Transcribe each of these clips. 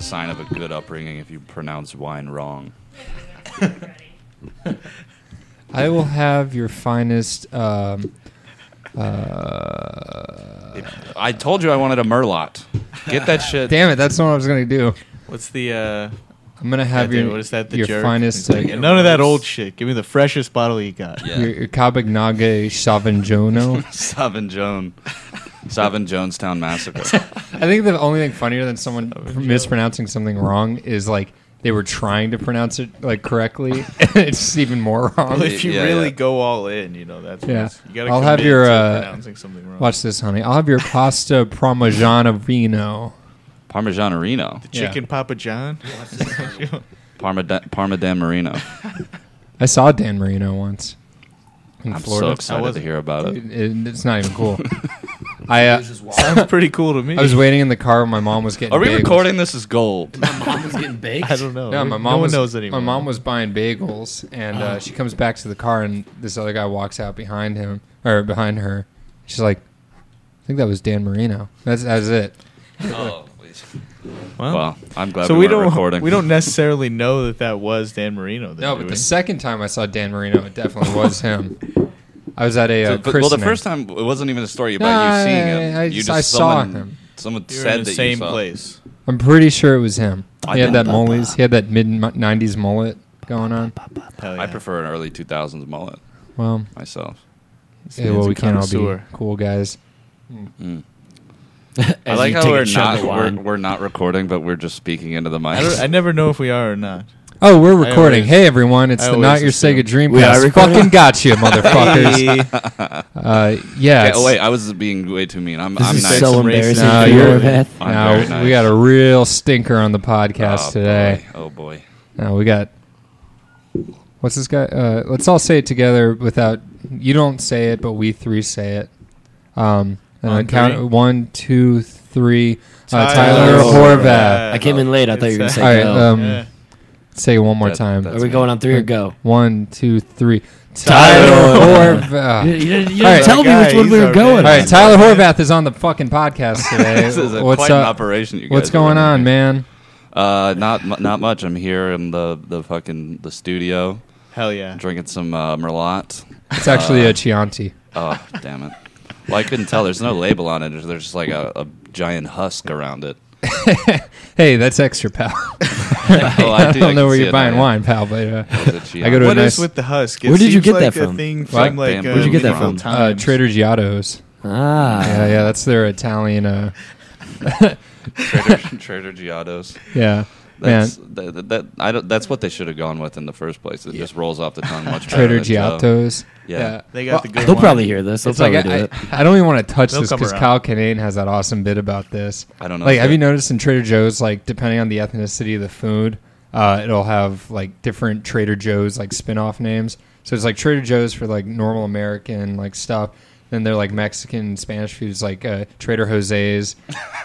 sign of a good upbringing if you pronounce wine wrong. I will have your finest. Um, uh, I told you I wanted a merlot. Get that shit. damn it! That's not what I was gonna do. What's the uh? I'm gonna have goddamn- your what is that? The your jerk? finest It's like, like, "And none of that old shit. Give me the freshest bottle you got. Yeah. your, your Cabagnaga Sauvignon. Savin Joan. Savin Jonestown Massacre. I think the only thing funnier than someone mispronouncing something wrong is like they were trying to pronounce it like correctly, and it's just even more Well, wrong. if you Yeah, really yeah. go all in, you know that's Yeah. what's- you gotta I'll have commit your, to uh, pronouncing something wrong. Watch this, honey. I'll have your pasta parmigiano vino. Parmigianorino. Yeah. Chicken Papa John. Parma, Parma Dan Marino. I saw Dan Marino once in I'm so Florida. How excited was to it? hear about it. It- it- it's not even cool. I uh, was just walking. That's pretty cool to me. I was waiting in the car when my mom was getting. Are we bagels. recording this as gold? My mom was getting baked. I don't know. No, my mom Oh, no was, one knows anymore. My mom was buying bagels, and uh, she comes back to the car, and this other guy walks out behind him or behind her. She's like, "I think that was Dan Marino." That's that's it. Oh, Well, well, I'm glad so we, we weren't don't recording. we don't necessarily know that that was Dan Marino. Then, No, do but we? the second time I saw Dan Marino, it definitely was him. I was at a uh, So, but- well, the christening. first time it wasn't even a story about No, you seeing him. I- I you just- I saw someone, him. Someone you were said in the that same you saw. place. I'm pretty sure it was him. I He had don't that know mullet. He had that mid '90s mullet going on. Hell I yeah. prefer an early 2000s mullet Well, myself. This yeah, man's well, a we can't all be connoisseur. cool guys. I like how we're not we're, we're not recording, but we're just speaking into the mic. I, don't, I never know if we are or not. Oh, we're recording. always- hey, everyone! It's I the always Not Your assume- Sega We are Dreamcast. recording? Fucking got you, motherfuckers. Uh, yeah. Okay, it's- oh wait, I was being way too mean. I'm, This I'm is nice. so Some embarrassing racist for theory. your Beth. I'm now very nice. we got a real stinker on the podcast Oh, today. Boy. Oh boy. Now we got what's this guy? Uh, let's all say it together without you don't say it, but we three say it. Um, and On then count three? one, two, three. Uh, Tyler Tyler Horvath. Horvath. I came in late. I thought you were going to It's, uh, say All right, go. um, Yeah. say it one more That- time. that's- Are we me. going on three or go? One, two, three. Tyler Tyler Horvath. You, you didn't- you All didn't right. tell me That which guy, one we he's were our going. All man. on. right, Tyler Horvath is on the fucking podcast today. This is a, what's quite an up? operation. You What's guys are going running. on, man? Uh, not mu- not much. I'm here in the the fucking the studio Hell yeah. drinking some uh, merlot. It's actually Uh, a Chianti. Oh damn it! Well, I couldn't tell. There's no label on it. There's just like a, a giant husk around it. Hey, that's extra, pal. Oh, I, do- don't know can where see you're it buying now, yeah. wine, pal, but uh, That was a I go to a What nice is with the husk? Where did you seems get that like a from? thing from What? like Bamboo. uh, Where'd you get that medieval from? uh, times. Trader Giotto's. Ah. Yeah, yeah, that's their Italian. Uh, Trader, Trader Giotto's. yeah, That's man, that, that, that- I don't, that's what they should have gone with in the first place. It just rolls off the tongue much better. Trader than Joe. Giotto's. uh, Yeah. They got the good They'll wine. probably hear this. They'll It's like probably do I, it. I, I don't even want to touch They'll this come because around. Kyle Kinane has that awesome bit about this. I don't know. Like, if have you that- noticed in Trader Joe's, like, depending on the ethnicity of the food, uh, it'll have like different Trader Joe's like spin-off names. So it's like Trader Joe's for like normal American like stuff. Then they're like Mexican and Spanish foods, like uh, Trader Jose's,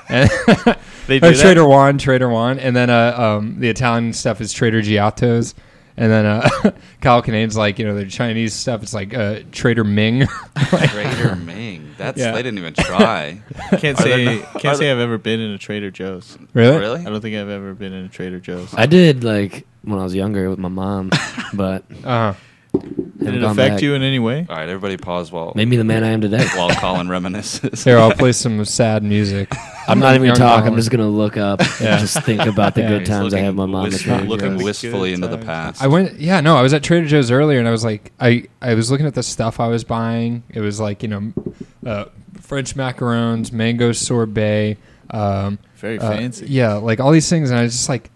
and, Oh, They do or that? Trader Juan, Trader Juan, and then uh, um, the Italian stuff is Trader Giotto's, and then uh, Kyle Kinane's like you know the Chinese stuff. It's like uh, Trader Ming. Trader Ming? That's Yeah. they didn't even try. Can't Are there say no- are can't say there- I've ever been in a Trader Joe's. really? Oh, really? I don't think I've ever been in a Trader Joe's. I did, like, when I was younger with my mom, but Uh-huh. Did haven't it gone affect back. you in any way? All right, everybody pause while Made me the man I am today. while Colin reminisces. Here, I'll play some sad music. I'm not even Young gonna talk. Colin. I'm just gonna look up Yeah. and just think about the Yeah. good He's times I looking had my mom. wist- with me. looking Good wistfully into the times. past. I went, yeah, no, I was at Trader Joe's earlier, and I was like, I, I was looking at the stuff I was buying. It was like, you know, uh, French macarons, mango sorbet, um, Very uh, fancy. yeah, like all these things, and I was just like,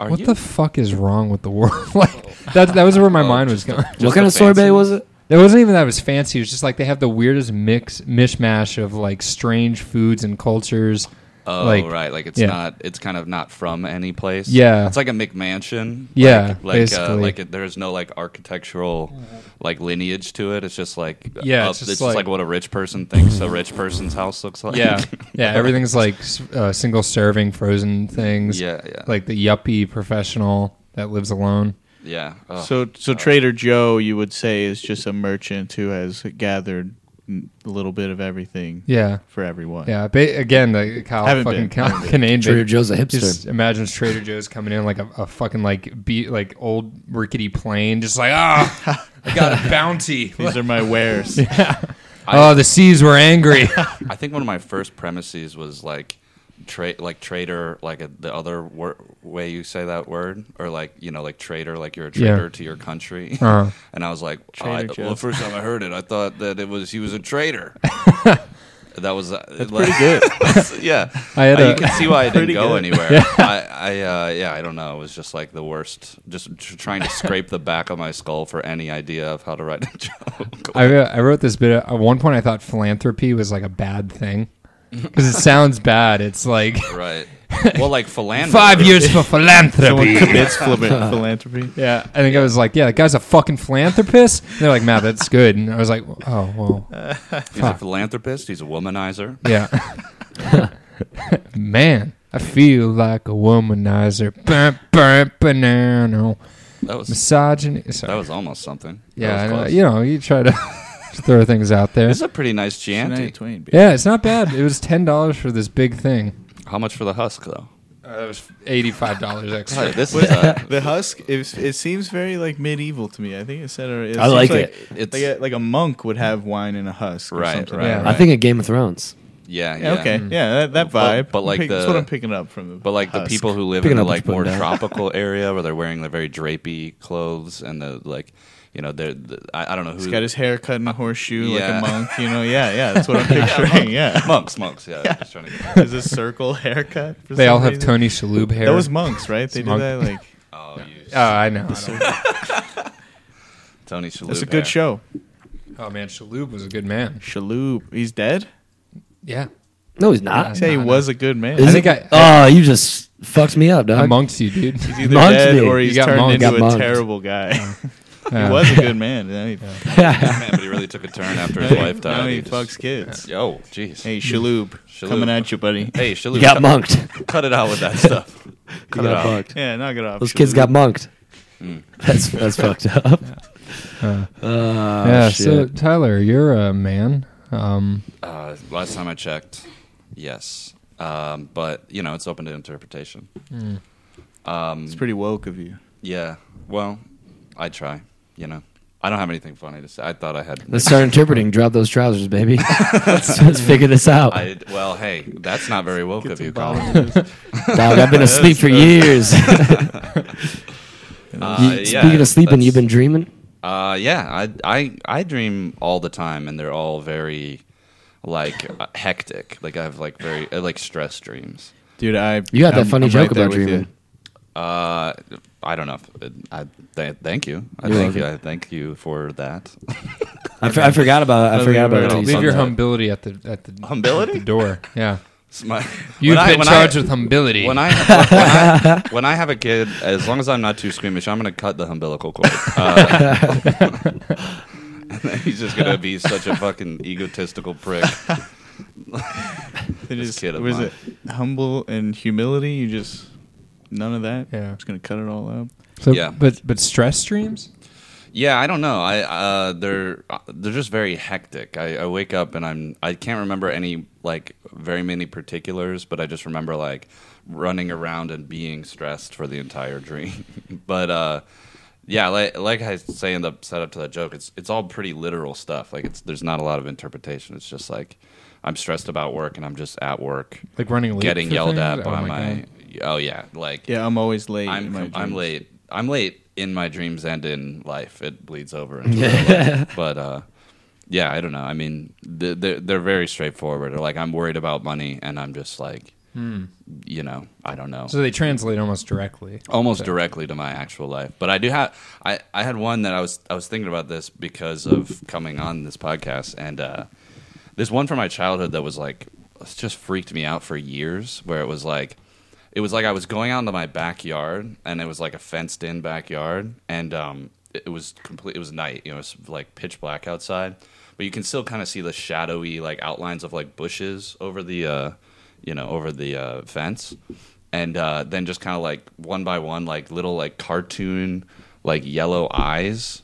Are what you- the fuck is wrong with the world? like that, that was where my Oh, mind was just a- going. just What kind a of sorbet fancy- was it? It wasn't even that it was fancy. It was just like they have the weirdest mix mishmash of like strange foods and cultures. Oh Like- right, like it's yeah. not. It's kind of not from any place. Yeah. it's like a McMansion. Yeah, like like, uh, basically. like it, there's no like architectural like lineage to it. It's just like Yeah, up- it's it's, just just, like- like, what a rich person thinks a rich person's house looks like. yeah. Everything's like s- uh, single serving frozen things. yeah, yeah, like the yuppie professional that lives alone. yeah. Ugh. uh, So so Trader Joe, you would say, is just a merchant who has gathered m- a little bit of everything Yeah. for everyone. Yeah. Ba- again, the Kyle Haven't fucking been. Cal- Haven't been. Canadian Trader bitch. Joe's a hipster. Just imagines Trader Joe's coming in like a, a fucking like be like old rickety plane, just like ah, I got a bounty. These are my wares. oh, the seas were angry. I think one of my first premises was like, tra- like traitor, like a, the other wor- way you say that word, or like you know, like traitor, like you're a Yeah. traitor to your country. Uh-huh. And I was like, oh, I, Traitor Joe. well, the first time I heard it, I thought that it was he was a traitor. that was uh, That's Pretty good. yeah, I had Uh, a- you can see why I didn't Pretty go good. anywhere. I, I uh, yeah, I don't know. It was just like the worst. Just tr- trying to scrape the back of my skull for any idea of how to write a joke. I, wrote- I wrote this bit. At one point, I thought philanthropy was like a bad thing because it sounds bad. It's like right. Well, like philanderer. five years for Someone philanthropy. commits phila- philanthropy. Yeah, I think I was like, yeah, that guy's a fucking philanthropist. And they're like, Matt, that's good. And I was like, oh, well, He's a philanthropist. He's a womanizer. Yeah. Man, I feel like a womanizer. Bum, bum, banana. That was Misogyny. Sorry. that was almost something. That yeah, was I know. close. you know, you try to throw things out there. This is a pretty nice Chianti. Yeah, it's not bad. It was ten dollars for this big thing. How much for the husk though? Uh, it was eighty-five dollars Hey, extra. this is uh, The husk, it, was- it seems very like medieval to me. I think it said or it I seems like it. Like a, like a monk would have wine in a husk, or Right, something. right, Yeah. I think of Game of Thrones. yeah, Yeah, yeah. okay, yeah, that, that vibe. But- but like Pick- that's the- what I'm picking up from. The But like the husk. people who live Picking in the up what like you're more putting down. tropical area where they're wearing the very drapey clothes and the like, you know, they're the, I, I don't know who He's got his hair cut in a horseshoe Yeah. like a monk, you know. Yeah, yeah, that's what I'm picturing. Yeah, monks, monks. Yeah, Just trying to get, is a circle haircut. for They some all have reason. Tony Shalhoub hair. That was monks, right? They It's did monk. that. Like oh, you, Oh, I know. I know. Tony Shalhoub. that's a good show. Oh man, Shalhoub was a good man. Shaloub, he's dead. Yeah, No, he's not. Yeah. Say he No, no. was a good man. Is I think it? oh, you just fucked me Uh, up, dog. amongst you, dude. He's either Monked dead me. or You he's got turned monked. into Got a monked. terrible guy. Yeah. he was a good man. Now he, Man, but he really took a turn after his now he- wife died. now he He just- fucks kids. Yo, jeez. Hey, Shaloub, Shaloub. coming at you, buddy. hey you Shalhoub, got cut, monked. cut it out with that stuff. You Cut it out. got monked. Yeah, knock it off. Those kids Shaloub. got monked. Mm. That's that's fucked up. Uh, Oh, yeah. shit. So Tyler, you're a man. Um, Uh, last time I checked, yes. Um, but you know, it's open to interpretation. Um, It's pretty woke of you. yeah. Well, I try. You know, I don't have anything funny to say. I thought I had. Let's start interpreting. Drop those trousers, baby. let's, let's figure this out. I, well, hey, that's not very woke of you, Colin. Dog, I've been asleep for years. You- Uh, yeah, speaking of sleeping, you've been that's- dreaming. Uh, yeah, I, I I dream all the time, and they're all very like uh, hectic. Like I have like very uh, like stress dreams. Dude, I You had that I'm- funny I'm joke right there about with you. dreaming. Uh, I don't know. If, I th- thank you. I You're thank welcome. you. I thank you for that. I, f- I forgot about. I Leave forgot your- about. it leave till you leave said your that. humility at the at the, Humbility? at the door. Yeah, It's my- you've when I- been when I- charged with humility. When I, when I when I have a kid, as long as I'm not too squeamish, I'm gonna cut the umbilical cord. Uh, and then he's just gonna be such a fucking egotistical prick. It This is, kid of was mine. it humble and humility? You just none of that. Yeah. just gonna cut it all out. so, yeah. but but stress streams. Yeah, I don't know. I uh, they're uh, they're just very hectic. I, I wake up and I'm I can't remember any like very many particulars, but I just remember like running around and being stressed for the entire dream. but uh, yeah, like like I say in the setup to that joke, it's it's all pretty literal stuff. Like it's there's not a lot of interpretation. It's just like I'm stressed about work and I'm just at work Like running late. getting for yelled things? at Oh by my God. oh yeah like Yeah, I'm always late. in I'm my I'm dreams. late. I'm late in my dreams and in life. It bleeds over into real life. But uh, yeah, I don't know. I mean, th- they're they're very straightforward. They're like, I'm worried about money, and I'm just like, Hmm. you know, I don't know, So they translate almost directly. almost directly to my actual life. But I do have I I had one that I was I was thinking about this because of coming on this podcast and uh, this one from my childhood that was like it's just freaked me out for years where it was like it was like I was going out into my backyard and it was like a fenced in backyard and um it it was complete it was night you know it's like pitch black outside but you can still kind of see the shadowy like outlines of like bushes over the uh you know over the uh fence and uh then just kind of like one by one like little like cartoon like yellow eyes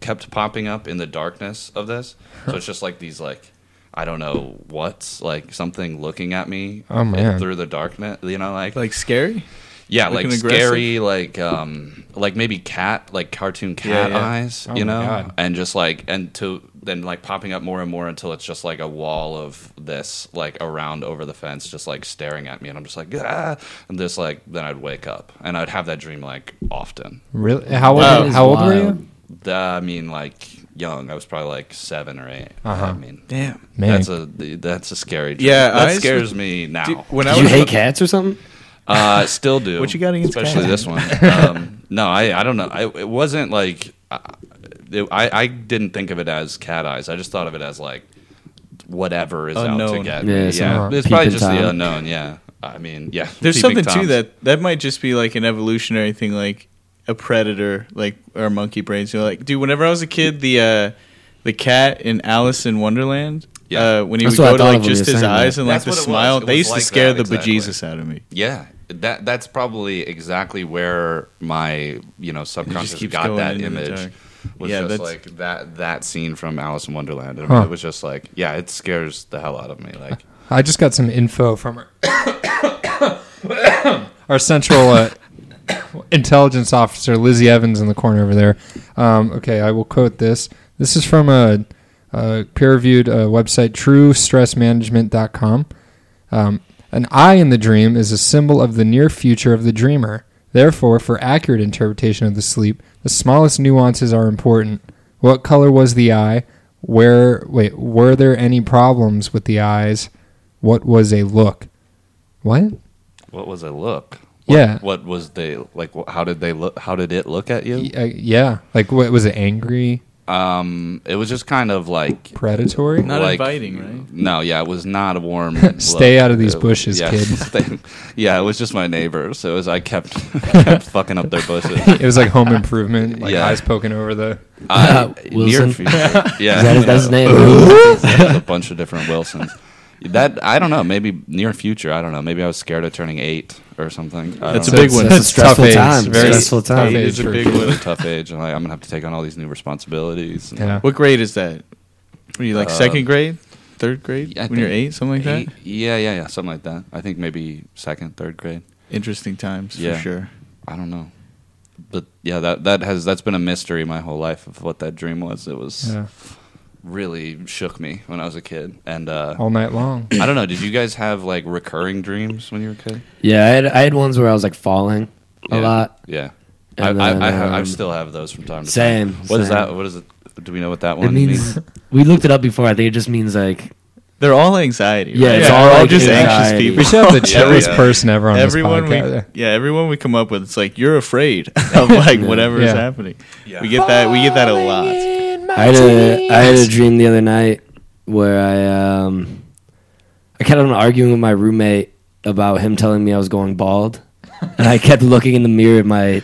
kept popping up in the darkness of this. So it's just like these like I don't know what's like something looking at me Oh, man. through the darkness. You know, like, Like scary? yeah, like like an aggressive- scary, like um, like maybe cat, like cartoon cat Yeah, yeah. eyes, Oh you my know, God. and just like and to then like popping up more and more until it's just like a wall of this like around over the fence, just like staring at me, and I'm just like ah, and this like then I'd wake up and I'd have that dream like often. Really? How old? That is how old were wild. you? The, I mean, like young, I was probably like seven or 8 I Uh-huh. mean, Damn. Man, that's a that's a scary. Dream. Yeah, that I- scares me now. Dude, when I Did you was hate cats or something? Uh, still do. What you got against Especially cats? this one. Um, no, I, I don't know. I, it wasn't like I, it- I I didn't think of it as cat eyes. I just thought of it as like whatever is out to Unknown. get me. Yeah, Yeah, some it's probably peeping just Tom. the unknown. Yeah, I mean, yeah. There's Peeping something to Toms. that. That might just be like an evolutionary thing, like a predator, like our monkey brains. You know, like dude, whenever I was a kid, the uh, the cat in Alice in Wonderland, Yeah. uh, when he That's would what I go to thought like of when you just were his saying eyes that. and like That's the what it was. smile, It they was used like to scare that, the exactly. bejesus out of me. Yeah, that that's probably exactly where my you know subconscious keeps got going that into the dark. image. Was Yeah, just that's- like that that scene from Alice in Wonderland. And Huh. It was just like, yeah, it scares the hell out of me. Like, I just got some info from our, our central uh, intelligence officer, Lizzie Evans, in the corner over there. Um, okay, I will quote this. This is from a, a peer reviewed uh, website, truestressmanagement.com. Um, an eye in the dream is a symbol of the near future of the dreamer. Therefore, for accurate interpretation of the sleep, the smallest nuances are important. What color was the eye? Where wait, were there any problems with the eyes? What was a look? What? what was it look? What, Yeah. What was they like? wh- How did they look? How did it look at you? Y- uh, yeah. Like what was it angry? Um, it was just kind of like Predatory? Not like- inviting, right? No, yeah, it was not a warm. look. Stay out of these It- bushes, yeah, kid. stay- yeah, it was just my neighbor, so it was I kept kept fucking up their bushes. It was like home improvement, like Yeah. eyes poking over the Uh, Wilson? Near future. Yeah, Is that his, that's his name? There's a bunch of different Wilsons. That I don't know. Maybe near future. I don't know. Maybe I was scared of turning eight or something. I That's don't a know. big one. That's a tough stressful age. time. Very Stressful tough time. age It's a for big kids. one. It's a tough age. and like, I'm gonna have to take on all these new responsibilities. and- Yeah. What grade is that? Were you like Uh, second grade, third grade? I when you're think eight, something like eight- that. Yeah, yeah, yeah, something like that. I think maybe second, third grade. Interesting times Yeah. for sure. I don't know, but yeah, that that has that's been a mystery my whole life of what that dream was. It was Yeah. really shook me when I was a kid, and uh, Oh. all night long. I don't know. Did you guys have like recurring dreams when you were a kid? Yeah, I had, I had ones where I was like falling a Yeah. lot. Yeah. And I, I, then, I, have, I um, still have those from time to same, time. What is same. that? What is it? Do we know what that It one means? means we looked it up before. I think it just means like They're all anxiety. Yeah, right? it's They're all, like, just anxious anxiety. people. We should have the Yeah, chillest yeah. person ever on everyone this podcast. we yeah everyone we come up with it's like you're afraid of like whatever is Yeah. happening Yeah. we get that we get that a lot I had a I had a dream the other night where I um I kept on arguing with my roommate about him telling me I was going bald, and I kept looking in the mirror. and My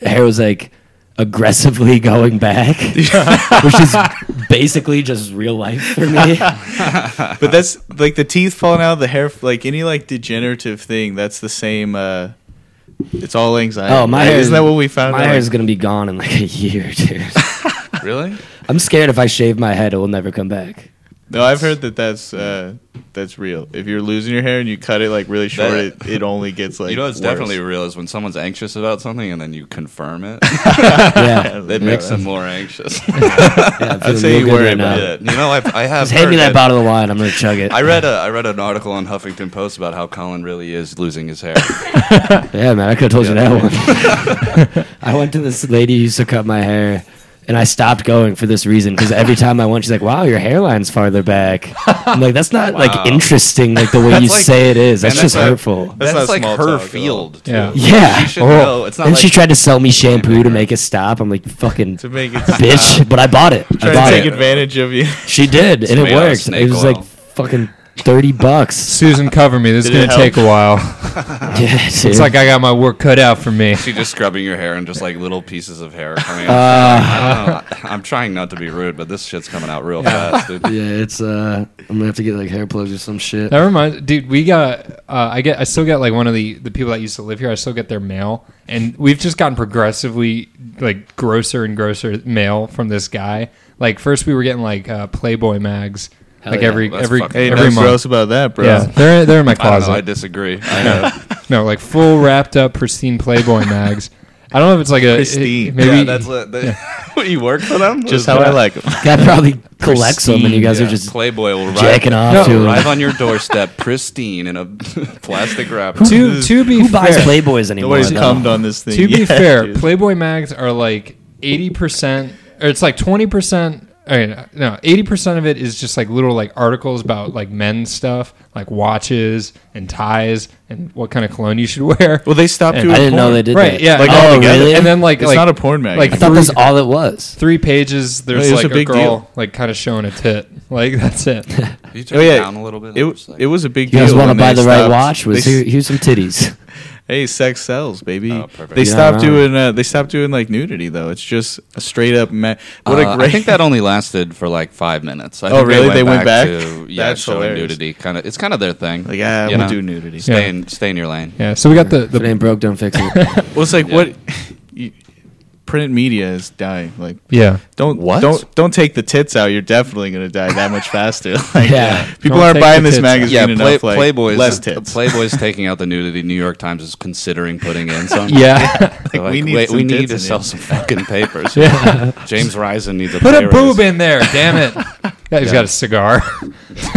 hair was like aggressively going back, which is basically just real life for me. but that's like the teeth falling out the hair like any like degenerative thing that's the same uh it's all anxiety Oh, my right? hair isn't that what we found My out hair is gonna be gone in like a year, dude. really? I'm scared if I shave my head, it will never come back. no i've heard that that's uh that's real if you're losing your hair and you cut it like really short That- it, it only gets like you know, it's worse. definitely real is when someone's anxious about something and then you confirm it. Yeah, it Yeah, makes that's- them more anxious. yeah I'd say you worry about yeah. You know, I, I have. Just hand me heard that bottle of wine. I'm gonna chug it. I read a I read an article on Huffington Post about how Colin really is losing his hair. Yeah, man, I could have told you that one. I went to this lady who used to cut my hair, and I stopped going for this reason because every time I went, she's like, "Wow, your hairline's farther back." I'm like, "That's not Wow. like interesting, like the way you That's like- say it is. Man, That's just not- hurtful." That's, That's not like her small talk at all. field. Too. Yeah. yeah. Oh. She should know. It's not and like she tried to sell me shampoo to make it stop. I'm like, "Fucking to make it bitch!" But I bought it. I trying to bought take it. advantage of you She did, and it Tomato, worked. snake It was oil. like fucking thirty bucks. Susan, cover me. This is Did it going to take a while. yeah, dude. It's like I got my work cut out for me. She just scrubbing your hair and just like little pieces of hair coming out. Ah. I don't know. I'm trying not to be rude, but this shit's coming out real fast. dude. yeah, it's uh, I'm gonna have to get like hair plugs or some shit. That reminds, dude. We got. Uh, I get. I still get like one of the the people that used to live here. I still get their mail, and we've just gotten progressively like grosser and grosser mail from this guy. Like first, we were getting like uh, Playboy mags, Hell like yeah. every That's every fucking Hey, every nothing month. gross about that, bro. Yeah, they're they're in my I don't know. I closet. disagree. I, uh, no, like full wrapped up, pristine Playboy mags. I don't know if it's like a it- Pristine. maybe yeah, that's what, they, you work for them. Just how I like them. Guy probably collects them, and you guys Yeah. are just Playboy will arrive, jacking off No. to arrive him. on your doorstep, pristine in a plastic wrapper. to to be Who buys fair- Playboys anymore? Nobody's though? cummed on this thing. To be yet, fair, dude. Playboy mags are like eighty percent, or it's like twenty percent. oh, No, eighty percent of it is just like little like articles about like men's stuff, like watches and ties and what kind of cologne you should wear. well, they stopped I doing I didn't know porn. they did right? that. Yeah. and- Like, oh, altogether? really? And then like It's like, not a porn magazine. Like I thought that's three- all it was. Three pages. There's it's like a a, big girl deal. like kind of showing a tit. Like that's it. You took Oh it yeah, down a little bit. It, I'm just like- it was a big You deal. guys want to when buy they the right stopped- watch? Was they s- here, here's some titties. Hey, sex sells, baby. Oh, perfect. They Yeah, stopped right. doing. Uh, they stopped doing like nudity though. It's just a straight up. Ma- what Uh, a great. I think that only lasted for like five minutes. I Oh, think really? They went back? To, yeah, That's showing hilarious. nudity. Kind of. It's kind of their thing. like ah, you we'll know? do nudity. Stay Yeah. in stay in your lane. Yeah. So we got the if it the ain't broke, don't fix it. Well, it's like Yeah. what. You, print media is dying. Like yeah. don't What? don't don't take the tits out. You're definitely gonna die that much faster. Like, Yeah. people Don't aren't take buying the this tits out. magazine Yeah, play, enough. like, Playboy's less tits. Playboy's taking out the nudity. New York Times is considering putting in some. Yeah. They're Like, we need wait, some we need tits to in sell here. some fucking papers. James Risen needs a Put pay a raise. boob in there. Damn it. Yeah, he's got a cigar.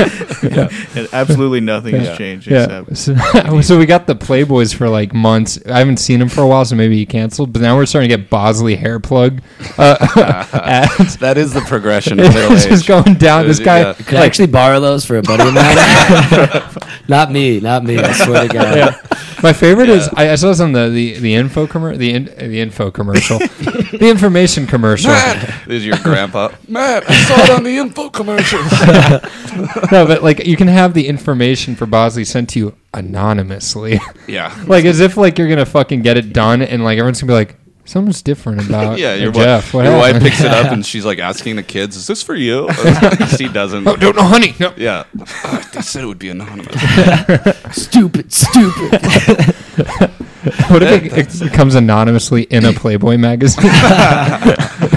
And absolutely nothing has changed except So, so we got the Playboys for like months. I haven't seen him for a while, so maybe he canceled. But now we're starting to get Bosley hair plug uh, ads. That is the progression of middle it's age. just going down. This guy, Yeah. Could I actually borrow those for a buddy of mine? not me, not me. I swear to God. my favorite is I, I saw this on the the the info commer- the in, the info commercial, the information commercial. Matt is your grandpa. Matt, I saw it on the info commercial. no, but like you can have the information for Bosley sent to you anonymously, yeah. like as if like you're gonna fucking get it done, and like everyone's gonna be like. Something's different about Yeah, your, Uh, Jeff. wife, What your wife happened?" picks it up and she's like asking the kids, "Is this for you?" she doesn't. Oh, no, no, honey. No. Yeah, they said it would be anonymous. Stupid, stupid. What if it, it becomes anonymously in a Playboy magazine?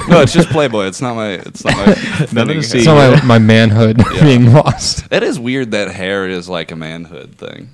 no, it's just Playboy. It's not my. It's not my. None of thing. us it's see. not my, my manhood being lost. That is weird. That hair is like a manhood thing.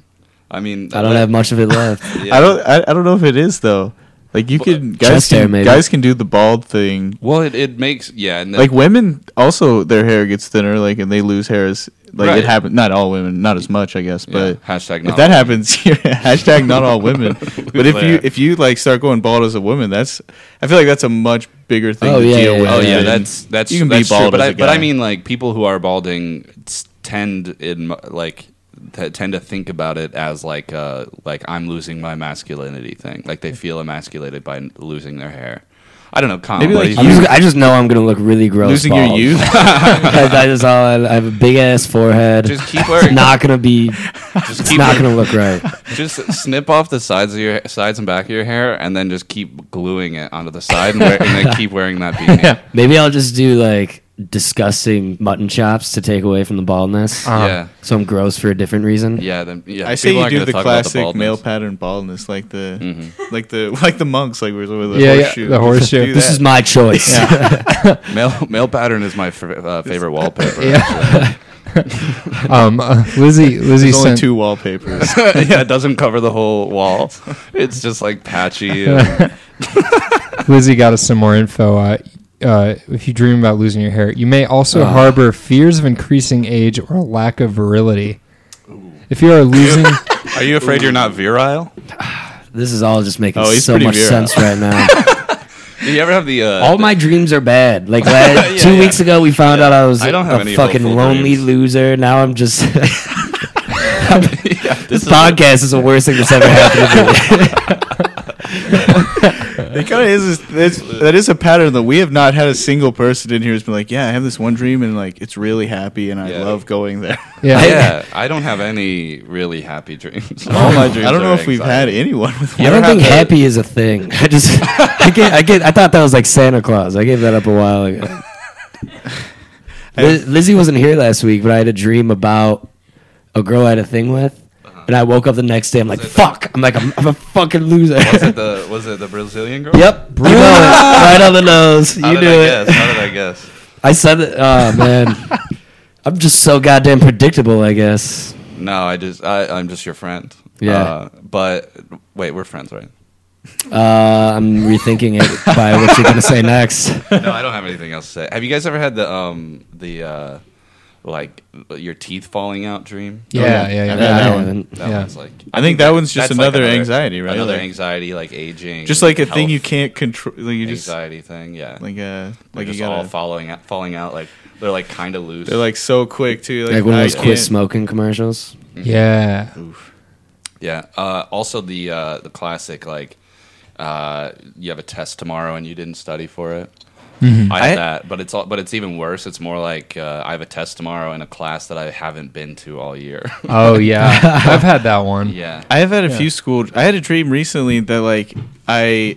I mean, I don't have much of it left. Yeah. I don't. I, I don't know if it is though. Like you can guys chest hair, can, maybe. guys can do the bald thing. Well, it, it makes yeah, and Like women also their hair gets thinner. Like and they lose hair as like Right. it happens. Not all women, not as much I guess. But hashtag if not that all. happens, you're- hashtag not all women. but if you hair. if you like start going bald as a woman, that's I feel like that's a much bigger thing Oh, to yeah, deal yeah, with. oh yeah, than- that's that's you can that's be bald true, but as I, a but I guy. mean like people who are balding s- tend in mo- like t- tend to think about it as like uh like I'm losing my masculinity thing. Like they feel emasculated by n- losing their hair. I don't know. Colin, Maybe, what like, do you I'm think? just, I just know I'm gonna look really gross. losing your bald. youth. I, I just all I, have a big ass forehead. Just keep It's wearing- not gonna be. just It's keep not gonna look right. just snip off the sides of your sides and back of your hair, and then just keep gluing it onto the side, and, wear, and then keep wearing that beanie. Yeah. Maybe I'll just do like disgusting mutton chops to take away from the baldness. Uh, Yeah, so I'm gross for a different reason. yeah. Then yeah, I say people you aren't do gonna the talk about classic baldness. male pattern baldness, like the Mm-hmm. like the like the monks, like we were talking about the Yeah, yeah, horseshoe. the horseshoe. Do This that. is my choice. Male, male pattern is my f- uh, favorite wallpaper. Um, uh, Lizzie, Lizzie There's only sent. two wallpapers. actually. yeah, it doesn't cover the whole wall. It's just like patchy. and- Lizzie got us some more info. Uh, uh, if you dream about losing your hair, you may also Ah. harbor fears of increasing age or a lack of virility. If you are losing, Are you afraid you're not virile? This is all just making Oh, he's so pretty much virile. sense right now. Do you ever have the? Uh, all my dreams are bad. Like last, Yeah, two yeah. weeks ago, we found out I was I don't have a any fucking hopeful lonely dreams. loser. Now I'm just. this yeah, this is podcast is the worst thing that's ever happened to me. It kind of is. That's, that is a pattern that we have not had a single person in here who's been like, "Yeah, I have this one dream, and like it's really happy, and I Yeah. love going there." Yeah. Oh, yeah, I don't have any really happy dreams. All I my don't dreams. know are if we've had anxiety. anyone with I ever don't have think the- happy is a thing. I just I get I get I thought that was like Santa Claus. I gave that up a while ago. Liz, Lizzie wasn't here last week, but I had a dream about a girl I had a thing with, and I woke up the next day. I'm like, Uh-huh. it the- fuck. I'm like, I'm, I'm a fucking loser. Was it the was it the Brazilian girl? yep, you know it. right on the nose. You How knew did I it. guess? How did I guess? I said it. Oh man, I'm just so goddamn predictable. I guess. No, I just I, I'm just your friend. Yeah. Uh, but wait, we're friends, right? Uh, I'm rethinking it by what you're gonna say next. No, I don't have anything else to say. Have you guys ever had the um the uh like your teeth falling out dream? Yeah, yeah, yeah. I that one. haven't. That Yeah. one's like I think that one's just that's another like anxiety, right? Another Like- anxiety, like aging, just like a thing health you can't control. Like you just anxiety thing. Yeah, like, like uh, like you just gotta. all falling out, falling out. Like they're like kind of loose. they're like so quick too. Like, Like one of I those can't- quit smoking commercials. Yeah. yeah. Uh, also the uh, the classic like uh, you have a test tomorrow and you didn't study for it. Mm-hmm. I had I- that, but it's all, but it's even worse. It's more like uh, I have a test tomorrow in a class that I haven't been to all year. Oh yeah. I've had that one. yeah, I have had a few school. I had a dream recently that like I,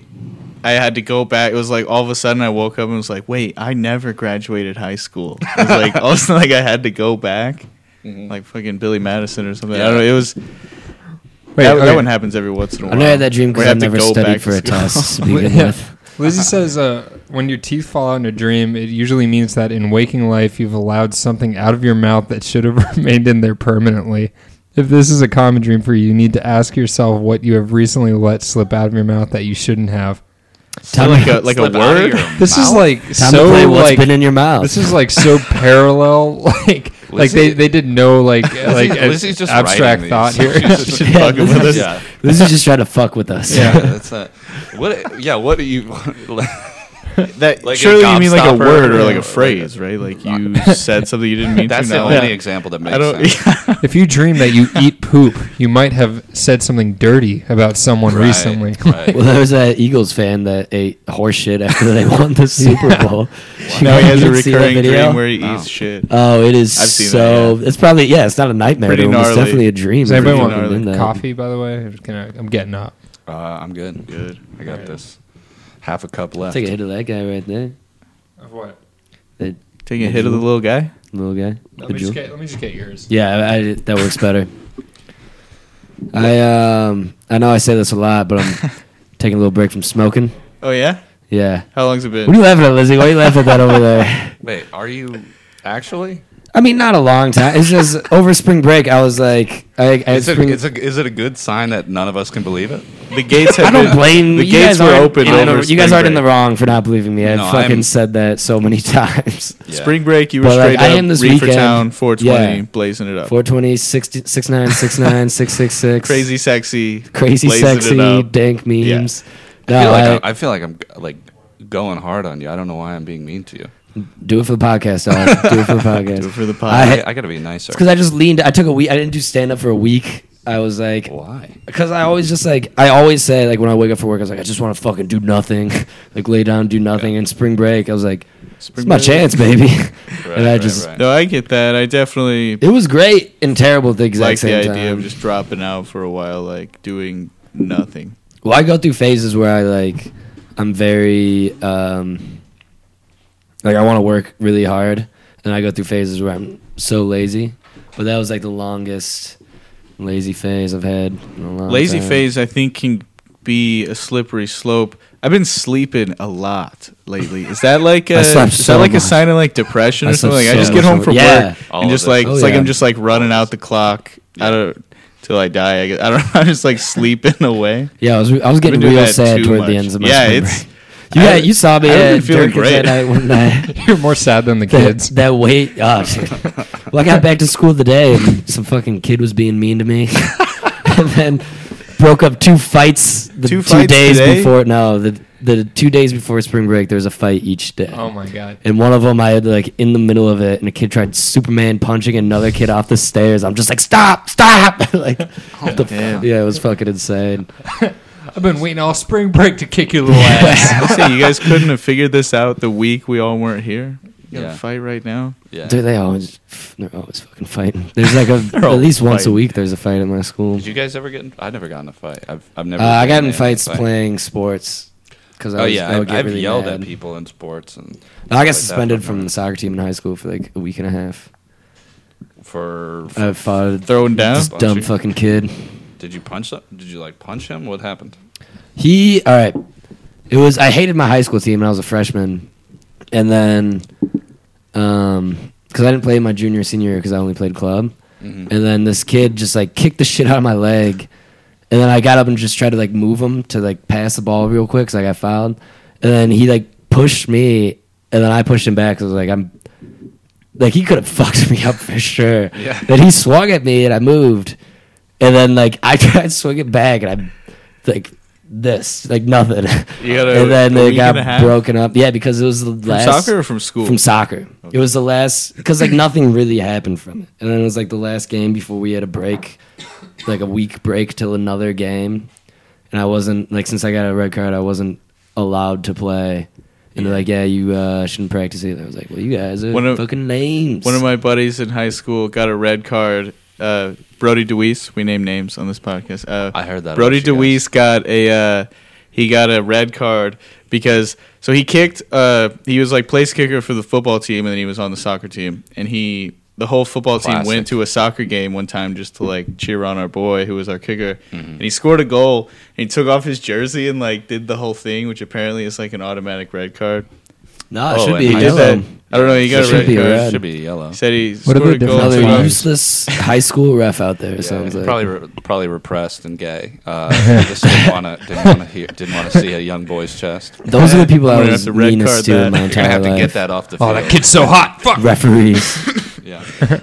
I had to go back. It was like all of a sudden I woke up and was like, wait, I never graduated high school. It was like all of a sudden like I had to go back, Mm-hmm. like fucking Billy Madison or something. I don't know. It was Wait, that, that okay. one happens every once in a I while. never had that dream Where because you have I to never go studied back for a to school. test to begin Yeah. with. Lizzie says, uh, when your teeth fall out in a dream, it usually means that in waking life you've allowed something out of your mouth that should have remained in there permanently. If this is a common dream for you, you need to ask yourself what you have recently let slip out of your mouth that you shouldn't have. Time, like to, a like a Slip out of word. your This is mouth. like time so to play what's like been in your mouth. this is like so parallel. Like like they, Lizzie- they did no like like Lizzie's- a- Lizzie's just abstract writing thought these. here. She's just Yeah, fucking this with is- us. yeah, This is just trying to fuck with us. yeah. That's a, what? Yeah, what do you? That Like a surely you mean like a gobstopper. word or like Yeah. a phrase, right? Like you said something you didn't mean. That's to the now. only example that makes I don't. sense. if you dream that you eat poop, you might have said something dirty about someone Right, recently. right. Well, there was that Eagles fan that ate horse shit after they won the Super Bowl. You now he has a didn't see that recurring video? dream where he No. eats shit. Oh, it is I've seen so. It's probably yeah. It's not a nightmare. Pretty to him. It's gnarly. definitely a dream. Does if anybody you want can gnarly do that. coffee, by the way? I'm just gonna- I'm getting up. Uh, I'm good. Good. I got this. Half a cup left. Take a hit of that guy right there, Of what? that Taking a hit mm-hmm. of the little guy. little guy. Let The me, jewel. just get, let me just get yours. Yeah, I, I- that works better. I um I know I say this a lot, but I'm taking a little break from smoking. Oh yeah. Yeah. How long's it been? What are you laughing at, Lizzie? Why are you laughing at that over there? Wait, are you actually? I mean, not a long time. It's just over spring break. I was like, I, I, had Is it, spring, is, it, is it a good sign that none of us can believe it? The gates have I don't been, blame The you gates guys were aren't open. in the- over you guys spring aren't in the break. wrong for not believing me. I've No, fucking I'm- said that so many times. Spring break, you were But, like, straight I up am this Reefer weekend. Town, 420, Yeah. blazing it up. 420, 60, 69, 69, 666. Crazy sexy, crazy blazing It sexy, up. dank memes. I feel, No, like I- I'm, I feel like I'm like going hard on you. I don't know why I'm being mean to you. Do it for the podcast, dog. Do it for the podcast. Do it for the pod. I- I, I got to be nicer. Because I just leaned. I took a week. I didn't do stand up for a week. I was like, Why? because I always just like I always say like when I wake up for work, I was like, I just want to fucking do nothing, like lay down, do nothing. And spring break, I was like, it's my break. chance, baby. Right, and I right, just right. no, I get that. I definitely it was great and terrible at the exact like the same idea time. of just dropping out for a while, like doing nothing. Well, I go through phases where I like I'm very um like I want to work really hard, and I go through phases where I'm so lazy. But that was like the longest lazy phase I've had. In a long Lazy time. phase, I think, can be a slippery slope. I've been sleeping a lot lately. Is that like a, I is slept that so like a much. sign of like depression I or something? slept Like, I so just get much. home from Yeah. work All and of just it. like Oh, it's like yeah. I'm just like running out the clock. I don't till I die. I, guess. I don't. I'm just like sleeping away. Yeah, I was, I was I've been getting doing real that sad too toward much. the ends of my yeah. spring It's break. You, I got, haven't- you saw me I haven't at been feeling Durkin's that great. night when I, You're more sad than the that, kids. that wait. Oh, shit. well, I got back to school today and some fucking kid was being mean to me. and then broke up two fights the Two two, fights days today? before. No, the, the two days before spring break, there was a fight each day. oh my god. And one of them, I had like in the middle of it, and a kid tried Superman punching another kid off the stairs. I'm just like, stop, stop! like, the, damn. yeah, it was fucking insane. I've been waiting all spring break to kick your little ass. I say you guys couldn't have figured this out the week we all weren't here. You gotta Yeah. fight right now. Yeah. Dude, they always they're always fucking fighting. There's like a at least once a fighting. week there's a fight at my school. Did you guys ever get? in I never got in a fight. I've I've Uh, never. I got been in fights a fight. playing sports because I Oh was, yeah, I would I've, get I've really yelled at mad. people in sports and No, I like that got suspended from from that. the soccer team in high school for like a week and a half. for. I fought Throwing down. this dumb Bunching. fucking kid. Did you punch him? Did you like punch him? What happened? He all right. It was I hated my high school team and I was a freshman, and then um because I didn't play my junior senior year because I only played club, Mhm. and then this kid just like kicked the shit out of my leg, and then I got up and just tried to like move him to like pass the ball real quick because I got fouled, and then he like pushed me, and then I pushed him back 'cause I was like I'm. Like he could have fucked me up for sure. Yeah. But he swung at me and I moved, and then like I tried to swing it back and I like this, like nothing. You got a- and then a it week got and a half? broken up. Yeah, because it was the From last soccer or from school? from soccer. It was the last because like nothing really happened from it, and then it was like the last game before we had a break, like a week break till another game, and I wasn't like since I got a red card, I wasn't allowed to play. And they're like, yeah, you uh, shouldn't practice either. I was like, well, you guys are One of- fucking names. One of my buddies in high school got a red card. Uh, Brody DeWeese, we name names on this podcast. Uh, I heard that Brody about you guys. DeWeese got a uh, he got a red card because so he kicked. Uh, he was like place kicker for the football team, and then he was on the soccer team. And he the whole football team Classic. went to a soccer game one time just to like cheer on our boy who was our kicker, Mm-hmm. and he scored a goal. And he took off his jersey and like did the whole thing, which apparently is like an automatic red card. no, Uh, it Oh, should and be He I did know. yellow. that. I don't know. He It got a should red be card. red. Should be yellow. He said he What scored about a goal. difference and took Another between- off- useless high school ref out there. sounds like probably re- probably repressed and gay. Uh, they just didn't want to didn't want to hear didn't want to see a young boy's chest. You're those are the people I'm I gonna was have to red meanest card to in that. my You're gonna entire have to get life. that off the oh, field. that kid's so hot. Fuck. Referees, Yeah, I'm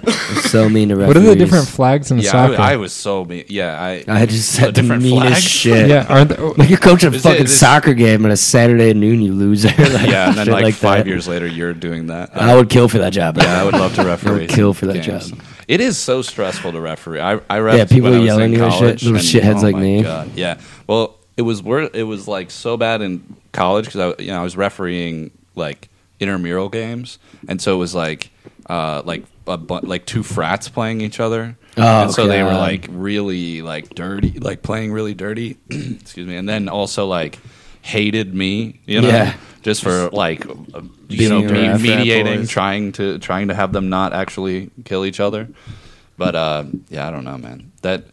so mean to referees. What are the different flags in yeah. I, soccer? w- I was so mean. Yeah, I. I just said the different meanest flags? shit. yeah, aren't they, oh, Like you're coaching a Is it- fucking is it- soccer game on a Saturday at noon, you loser. like, yeah, and then shit like, five that. years later, you're doing that. I would kill for that job. Yeah, I would love to referee. kill for that games. job. It is so stressful to referee. I, I ref Yeah, people when I was yelling in at you and shit, college, little shitheads oh like my me. God, Yeah. Well, it was wor- It was like so bad in college because I you know I was refereeing like intramural games, and so it was like uh like a bu- like two frats playing each other. Oh, and so they were God. like really like dirty, like playing really dirty. Excuse me, and then also like hated me, you know, Yeah. just for like uh, you Being know a me- ref. mediating, Boys. trying to trying to have them not actually kill each other. But uh, yeah, I don't know, man. That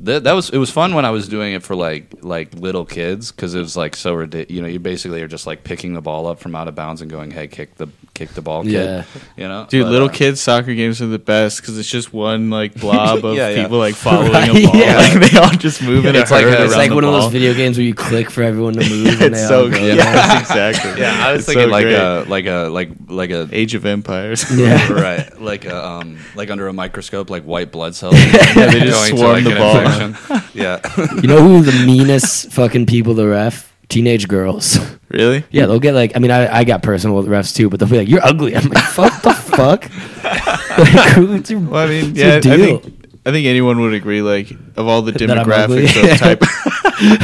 that that was it was fun when I was doing it for like like little kids because it was like so ridiculous. You know, you basically are just like picking the ball up from out of bounds and going, "Hey, kick the kick the ball, kid." Yeah. You know, Dude, But, little uh, kids soccer games are the best because it's just one like blob of Yeah, yeah. people like following Right, a ball. yeah. Like, they all just move in It's a like herd a- around It's the like the one of ball. those video games where you click for everyone to move. and they it's all so go. good. Yeah, that's exactly. Yeah, I was It's so thinking like great. a like a like like a Age of Empires. Yeah. right, like a, um, like under a microscope, like white blood cells. Yeah, they just Going to, swarm like, the an ball. infection. Yeah, You know who the meanest fucking people to ref? Teenage girls. Really? Yeah, they'll get like. I mean, I, I got personal with refs too, but they'll be like, "You're ugly." I'm like, "Fuck the fuck." like, who's your, Well, I mean, what's your yeah. I deal? think I think anyone would agree. Like of all the That I'm ugly? demographics of type.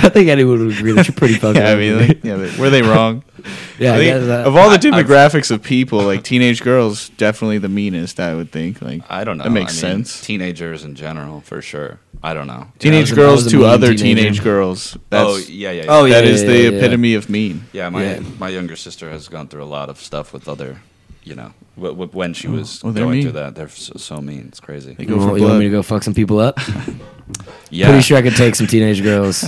I think anyone would agree that you're pretty fucking. yeah, I mean, ugly. like, yeah. They, were they wrong? yeah, uh, I think yeah, that- of all I- the I've- demographics of people, like teenage girls, definitely the meanest. I would think. Like I don't know. That makes I mean, sense. Teenagers in general, for sure. I don't know. I Teenage was a- I was girls a to mean other teenager. teenage girls. That's, oh yeah, yeah. yeah. Oh, that yeah, is yeah, the yeah, yeah. epitome of mean. Yeah, my Yeah. my younger sister has gone through a lot of stuff with other, you know, w- w- when she was Oh, they're going through mean. that. They're so, so mean. It's crazy. They you go for want, you want blood. me to go fuck some people up? Yeah, Pretty sure I could take some teenage girls,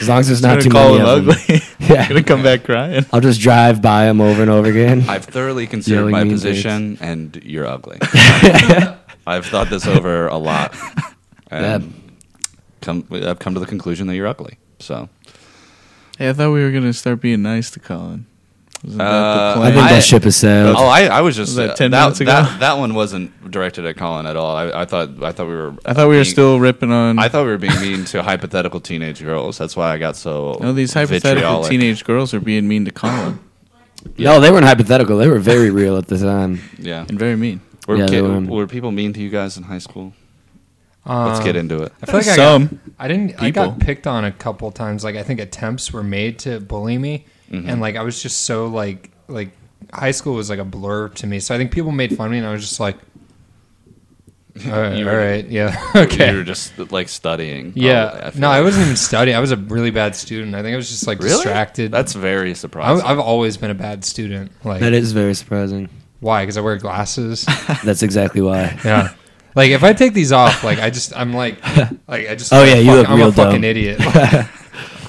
as long as there's not Gonna too call many him of them. ugly. Yeah. gonna come back crying. I'll just drive by them over and over again. I've thoroughly considered Yelling my mean position, and you're ugly. I've thought this over a lot, Bad. and come I've come to the conclusion that you're ugly. So Hey, I thought we were gonna start being nice to Colin. Wasn't Uh, I think I- that ship is sailed. Oh, I, I was just Was that uh, 10 that, minutes ago? that that one wasn't directed at Colin at all. I, I thought I thought we were I thought we were being- still ripping on. I thought we were being mean to hypothetical teenage girls. That's why I got so no, these hypothetical vitriolic. teenage girls are being mean to Colin No, they weren't hypothetical. They were very real at the time. Yeah, and very mean. were, Yeah, ki- they were. were people mean to you guys in high school? Let's Um, get into it. I feel like I, got, Some I didn't. I people. got picked on a couple times. Like I think attempts were made to bully me, Mm-hmm. and like I was just so like like high school was like a blur to me. So I think people made fun of me, and I was just like, all right, You all were- right yeah, okay. You were just like studying. yeah, probably, feel no, I like. wasn't even studying. I was a really bad student. I think I was just like Really? distracted. That's very I, surprising. I've always been a bad student. Like That is very surprising. why? Because I wear glasses. That's exactly why. Yeah. Like if I take these off, like I just I'm like like I just Oh, yeah, you fuck- look I'm real a fucking dumb. idiot.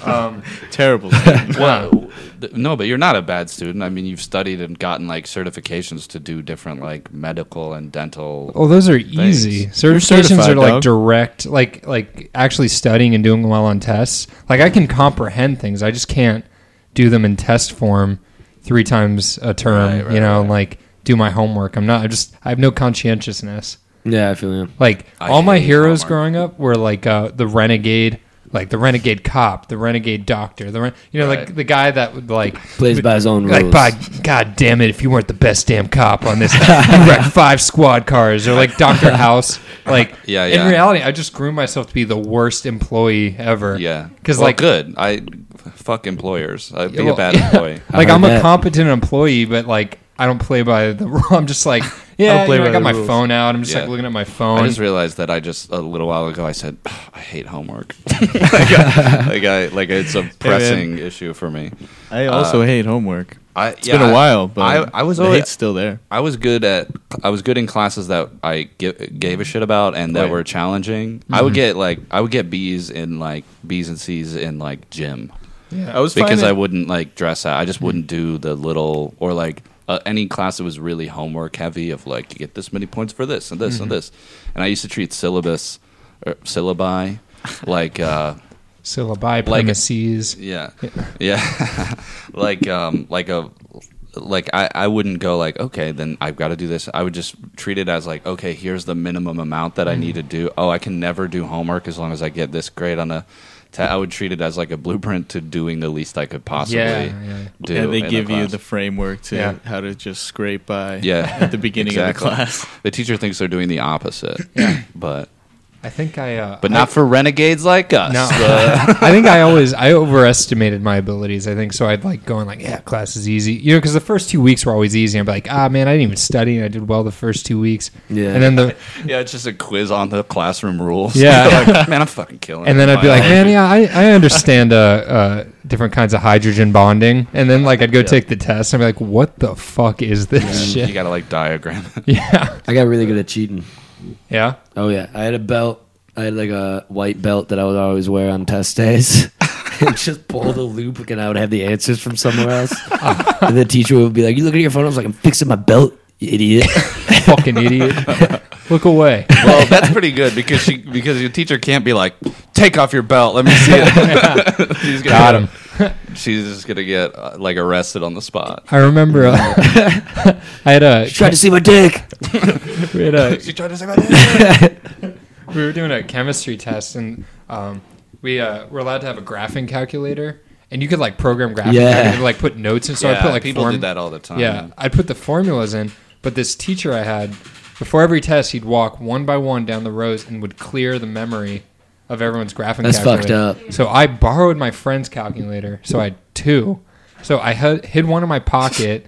um, terrible. student. well, th- no, but you're not a bad student. I mean, you've studied and gotten like certifications to do different like medical and dental. oh, those are easy. Certifications certified, are like dog. direct, like like actually studying and doing well on tests. Like I can comprehend things, I just can't do them in test form three times a term. Right, right, you know, right. like do my homework. I'm not. I just I have no conscientiousness. Yeah, I feel you. Like I all my hate heroes Hallmark. growing up were like uh, the renegade, like the renegade cop, the renegade doctor, the ren- you know, Right. like the guy that would like Plays would- by his own Like, rules. by God damn it, if you weren't the best damn cop on this, you wrecked five squad cars, or like Doctor House. Like, Yeah, In yeah. reality, I just grew myself to be the worst employee ever. Yeah, because Well, like good. I fuck employers. I'd be well, a bad yeah. employee. I like heard I'm a that. competent employee, but like I don't play by the. rule. I'm just like yeah, play you know, by I got the my rules. phone out. I'm just like Yeah. looking at my phone. I just realized that I just a little while ago I said "Ugh, I hate homework. like, I, like I like it's a pressing issue for me. I also hate homework. uh, I, It's been a while, but I, I was the hate's always still there. I was good at I was good in classes that I gi- gave a shit about and that Right. Mm-hmm. were challenging. I would get like I would get B's in like B's and C's in like gym yeah. I was Mm-hmm. because finding- I wouldn't like dress out. I just wouldn't do the little or like uh, any class that was really homework heavy of like you get this many points for this and this and Mm-hmm. this. And I used to treat syllabus or syllabi like uh syllabi Like- premises. yeah. Yeah. like um like a like I, I wouldn't go like okay then I've got to do this I would just treat it as like okay here's the minimum amount Mm-hmm. that I need to do oh I can never do homework as long as I get this grade on a te- I would treat it as like a blueprint to doing the least I could possibly Yeah, yeah. do and they in a give you class. the framework to Yeah. how to just scrape by Yeah, at the beginning exactly. of the class. the teacher thinks they're doing the opposite but I think I. Uh, but I- not for renegades like us No, Uh, I think I always I overestimated my abilities. I think so. I'd like going like, yeah, class is easy, you know, because the first two weeks were always easy. I'm like, ah, man, I didn't even study, and I did well the first two weeks. Yeah. and then the yeah it's just a quiz on the classroom rules Yeah. Like, man I'm fucking killing and it then in I'd be like, biology." man, yeah, I, I understand uh, uh different kinds of hydrogen bonding, and then like I'd go take the test, and I'd be like, what the fuck is this You shit? gotta like diagram. Yeah, I got really good at cheating. yeah. Oh yeah, I had a belt. I had like a white belt that I would always wear on test days. and just pull the loop, and I would have the answers from somewhere else. and the teacher would be like, "You looking at your phone?" I was like, "I'm fixing my belt, you idiot." Fucking idiot. Look away. well, that's pretty good because she because your teacher can't be like, take off your belt, let me see it. she's gonna Got him. She's just gonna get uh, like arrested on the spot. I remember uh, I had a Try to see my dick. we had a She tried to say that. we were doing a chemistry test and um, we uh, were allowed to have a graphing calculator and you could like program graphing Yeah. calculator to like put notes in so i yeah, put like people form- did that all the time. Um, yeah i'd put the formulas in but this teacher i had before every test he'd walk one by one down the rows and would clear the memory of everyone's graphing That's fucked calculator up. so i borrowed my friend's calculator so i had two so i hid hid one in my pocket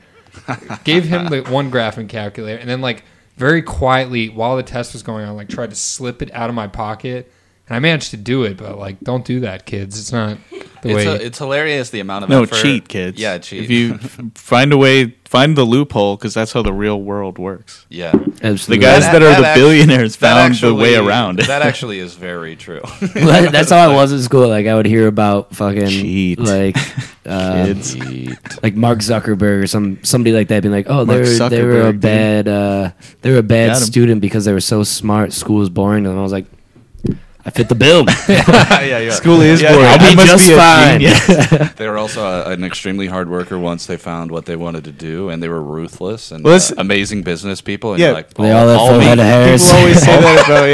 gave him the one graphing calculator and then like very quietly while the test was going on like tried to slip it out of my pocket and i managed to do it but like don't do that kids it's not the It's, way a- it's hilarious the amount of No, effort- cheat, kids. Yeah, cheat. If you f- find a way, find the loophole because that's how the real world works. yeah, The Absolutely. guys That- that, are that the act- billionaires found the way actually- around. That actually is very true. Well, that's how I was at school. Like I would hear about fucking Cheat. like uh, Kids. like Mark Zuckerberg or some somebody like that being like, oh, they Mark were, they were a Zuckerberg, dude. bad uh, they were a bad Got 'em. student because they were so smart. School was boring, to them. I was like, I fit the bill. yeah, yeah. School is Yeah, boring. I'll I be must just a fine. genius. They were also uh, an extremely hard worker once they found what they wanted to do, and they were ruthless and Well, uh, that's- amazing business people. And Yeah. you're like, They all have full me- head of hair. People always say that about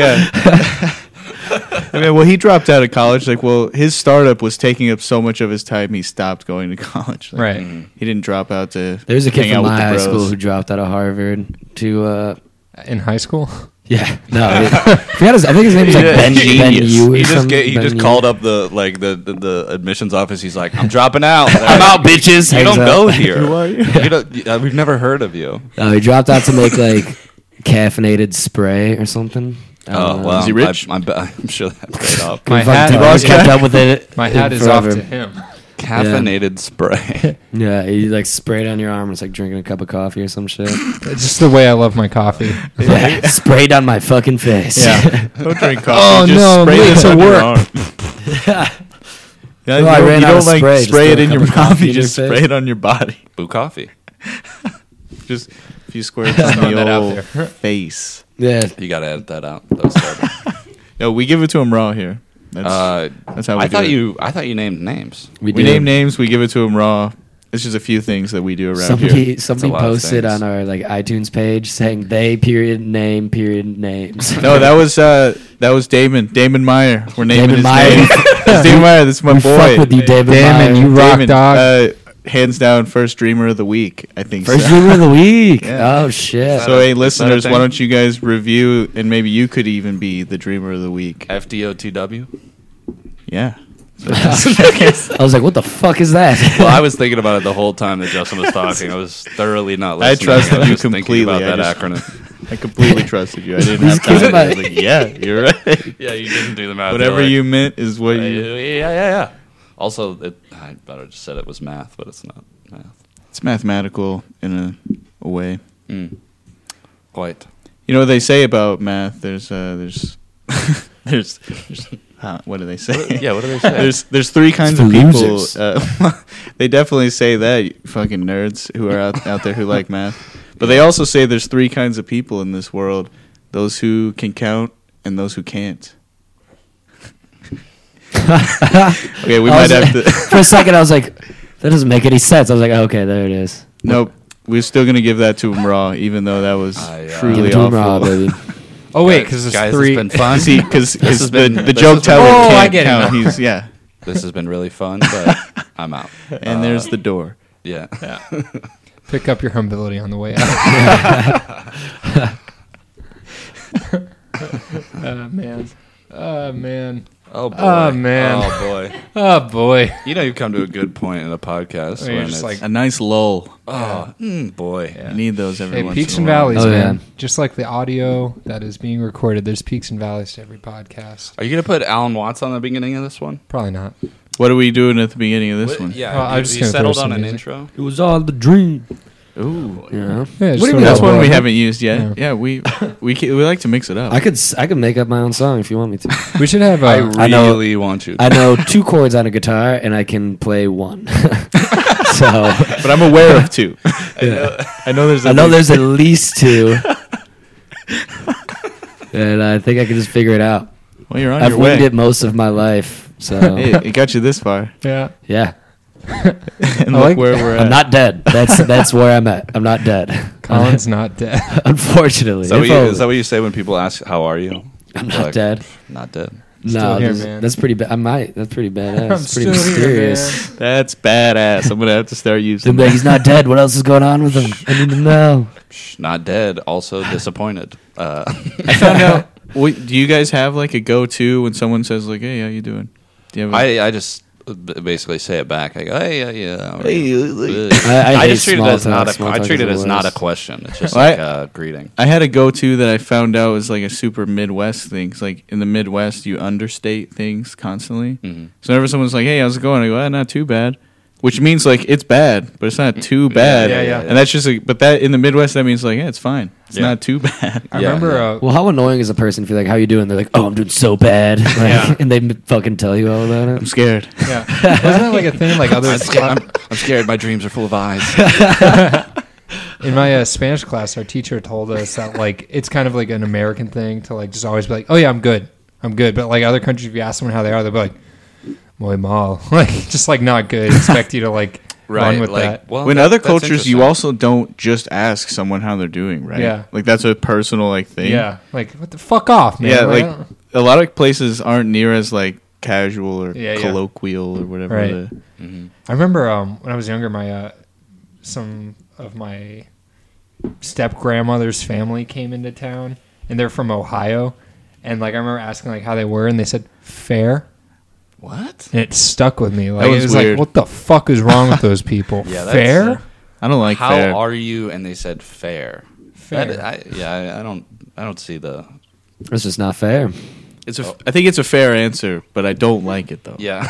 yeah. I mean, well, he dropped out of college. Like, well, his startup was taking up so much of his time, he stopped going to college. Like, right Mm. He didn't drop out to. There's a kid hang from out my high with the bros. school who dropped out of Harvard to uh, in high school Yeah, no. I forgot his, I think his name is like Yeah, Ben, ben genius. Yu or He just something, get, he Ben just Yu. called up the like the, the, the admissions office. He's like, I'm dropping out. I'm out, bitches. You don't Hangs go up. here. Who are you? You don't- uh, we've never heard of you. No, Oh, he dropped out to make like caffeinated spray or something. I don't Oh know. well, Is he rich? I, I'm, be- I'm sure that paid off. My Couldn't hat- fucking- I've always my kept up with it. My hat in is off forever. to him. Caffeinated spray. Yeah, he like sprayed on your arm. It's like drinking a cup of coffee or some shit. It's just the way I love my coffee. yeah, sprayed on my fucking face. Yeah. Don't drink Oh, coffee. just no, I'm spray late this to on your work. arm. Yeah, No, you Oh, I don't, ran you out don't of like spray, spray, just throw it a in cup your of coffee mouth. in You your just face. spray it on your body. Boo coffee. Just a few squares on throwing that the out old there. face. yeah. You gotta edit that out. That was terrible. No, we give it to him raw here. That's, Uh, that's how we I do thought it. you. I thought you named names. We, we did. name names. We give it to him raw. It's just a few things that we do around Somebody here. somebody lot of posted things. on our like iTunes page saying they period name period names. No, that was uh, that was Damon. Damon Meyer. We're naming Damon his Meyer. name. It's Damon Meyer. That's my we boy. fuck with you, David. Damn it, Meyer. you rock, Damon, dog. Uh, hands down, first dreamer of the week. I think. First so. dreamer of the week. Yeah. Oh shit. So, Is that hey, a listeners, thing? why don't you guys review and maybe you could even be the dreamer of the week? FDOTW. Yeah. I was like, what the fuck is that? Well, I was thinking about it the whole time that Justin was talking. I was thoroughly not I listening. trusted was you just thinking completely. about I that just- acronym. I completely trusted you. I didn't These have kids time. are I was like- like, yeah, you're right. Yeah, you didn't do the math. Whatever You're you like, meant is what you. Yeah, yeah, yeah. Also, it, I better just said it was math, but it's not math. It's mathematical in a, a way. Hmm. Quite. You know what they say about math? There's uh, there's there's, there's huh, what do they say? Yeah, what do they say? there's there's three kinds for of people. losers. Uh, they definitely say that you fucking nerds who are out, out there who like math. But they also say there's three kinds of people in this world: those who can count and those who can't. Okay, we I might was- have to. For a second, I was like, that doesn't make any sense. I was like, okay, there it is. nope, we're still gonna give that to him raw, even though that was I, uh, truly Give it to 'em awful. raw, baby. Oh wait, Guys, because guys, there's it's three. been fun. See, because has the, been- the this has joke been- teller Oh, I can't get it count. now. He's yeah, This has been really fun, but I'm out. Uh, and there's the door. Yeah. yeah. Pick up your humility on the way out. Oh man. Oh man. Oh boy. Oh, man. Oh boy. Oh boy. You know you've come to a good point in a podcast. Where you're when it's- just like- A nice lull. oh mm, boy. You need those every Hey, once peaks in and a while. valleys, Oh, man. yeah. Just like the audio that is being recorded, there's peaks and valleys to every podcast. Are you gonna put Alan Watts on the beginning of this one? Probably not. What are we doing at the beginning of this one? Yeah. Well, I you- was just you gonna throw settled on some an music. intro. It was all the dream. Ooh. You know? Yeah, What just throw do you mean it That's out one there. we haven't used yet. Yeah. Yeah, we we ca- we like to mix it up. I could s- I could make up my own song if you want me to. We should have. I Uh, really I know- want you. To. I know two chords on a guitar and I can play one. so but I'm aware of two. yeah. I know there's. I know there's at least two, and I think I can just figure it out. Well, you're on I've your way. winged it most of my life, so Hey, it got you this far, yeah. yeah. and I look like- where we're at. I'm not dead. That's that's where I'm at. I'm not dead. Colin's not dead. Unfortunately, Is that, If what you, only. is that what you say when people ask, "How are you?" I'm You're not dead. Not dead. no, Still here, that's- man. that's pretty bad. I might. That's pretty badass. I'm That's pretty still here, mysterious. man. That's badass. I'm gonna have to start using. Then be like, he's not dead. What else is going on with him? I need to know. Shh, not dead. Also disappointed. Uh, I found out. Wait, do you guys have like a go-to when someone says like, "Hey, how you doing?" Do you have? a- I I just b- basically say it back. I go, "Hey, yeah, yeah." how are you?" Ugh. I- I hate just treat it small as talk. not a. Small I talk treat is it the as not a worst. question. It's just Well, like I- a greeting. I had a go-to that I found out was like a super Midwest thing. 'Cause, like in the Midwest, you understate things constantly. Mhm. So whenever someone's like, "Hey, how's it going?" I go, ah, "Not too bad," which means like it's bad, but it's not too bad. yeah, yeah. And that's just like, but that in the Midwest, that means like, yeah, it's fine. It's Yeah. not too bad. I Yeah, remember. yeah. Uh, Well, how annoying is a person if you're like, "How you doing?" They're like, "Oh, I'm doing so bad," like, Yeah. and they m- fucking tell you all about I'm it. scared. yeah. Wasn't that like a thing? Like other. I'm, I'm scared. My dreams are full of eyes. In my uh, Spanish class, our teacher told us that like it's kind of like an American thing to like just always be like, "Oh yeah, I'm good, I'm good." But like other countries, if you ask someone how they are, they'll be like, "Muy mal," like just like not good. Expect you to like run with that. Well, when that- other that's cultures, interesting. you also don't just ask someone how they're doing, right? Yeah. Like that's a personal like thing. Yeah, like what the fuck off, man. eh? Yeah, Like, like a lot of places aren't near as like casual or Yeah, yeah. colloquial or whatever. Right. the- I remember um, when I was younger, my uh, some of my step grandmother's family came into town, and they're from Ohio. And like I remember asking like how they were, and they said fair, What? and it stuck with me. Like was it was weird. like, what the fuck is wrong with those people? Yeah, that's- fair, I don't like How fair. are you? And they said fair. fair. That- I, yeah, I, I don't. I don't see the. That's just not fair. it's a, I think it's a fair answer, but I don't like it though. Yeah,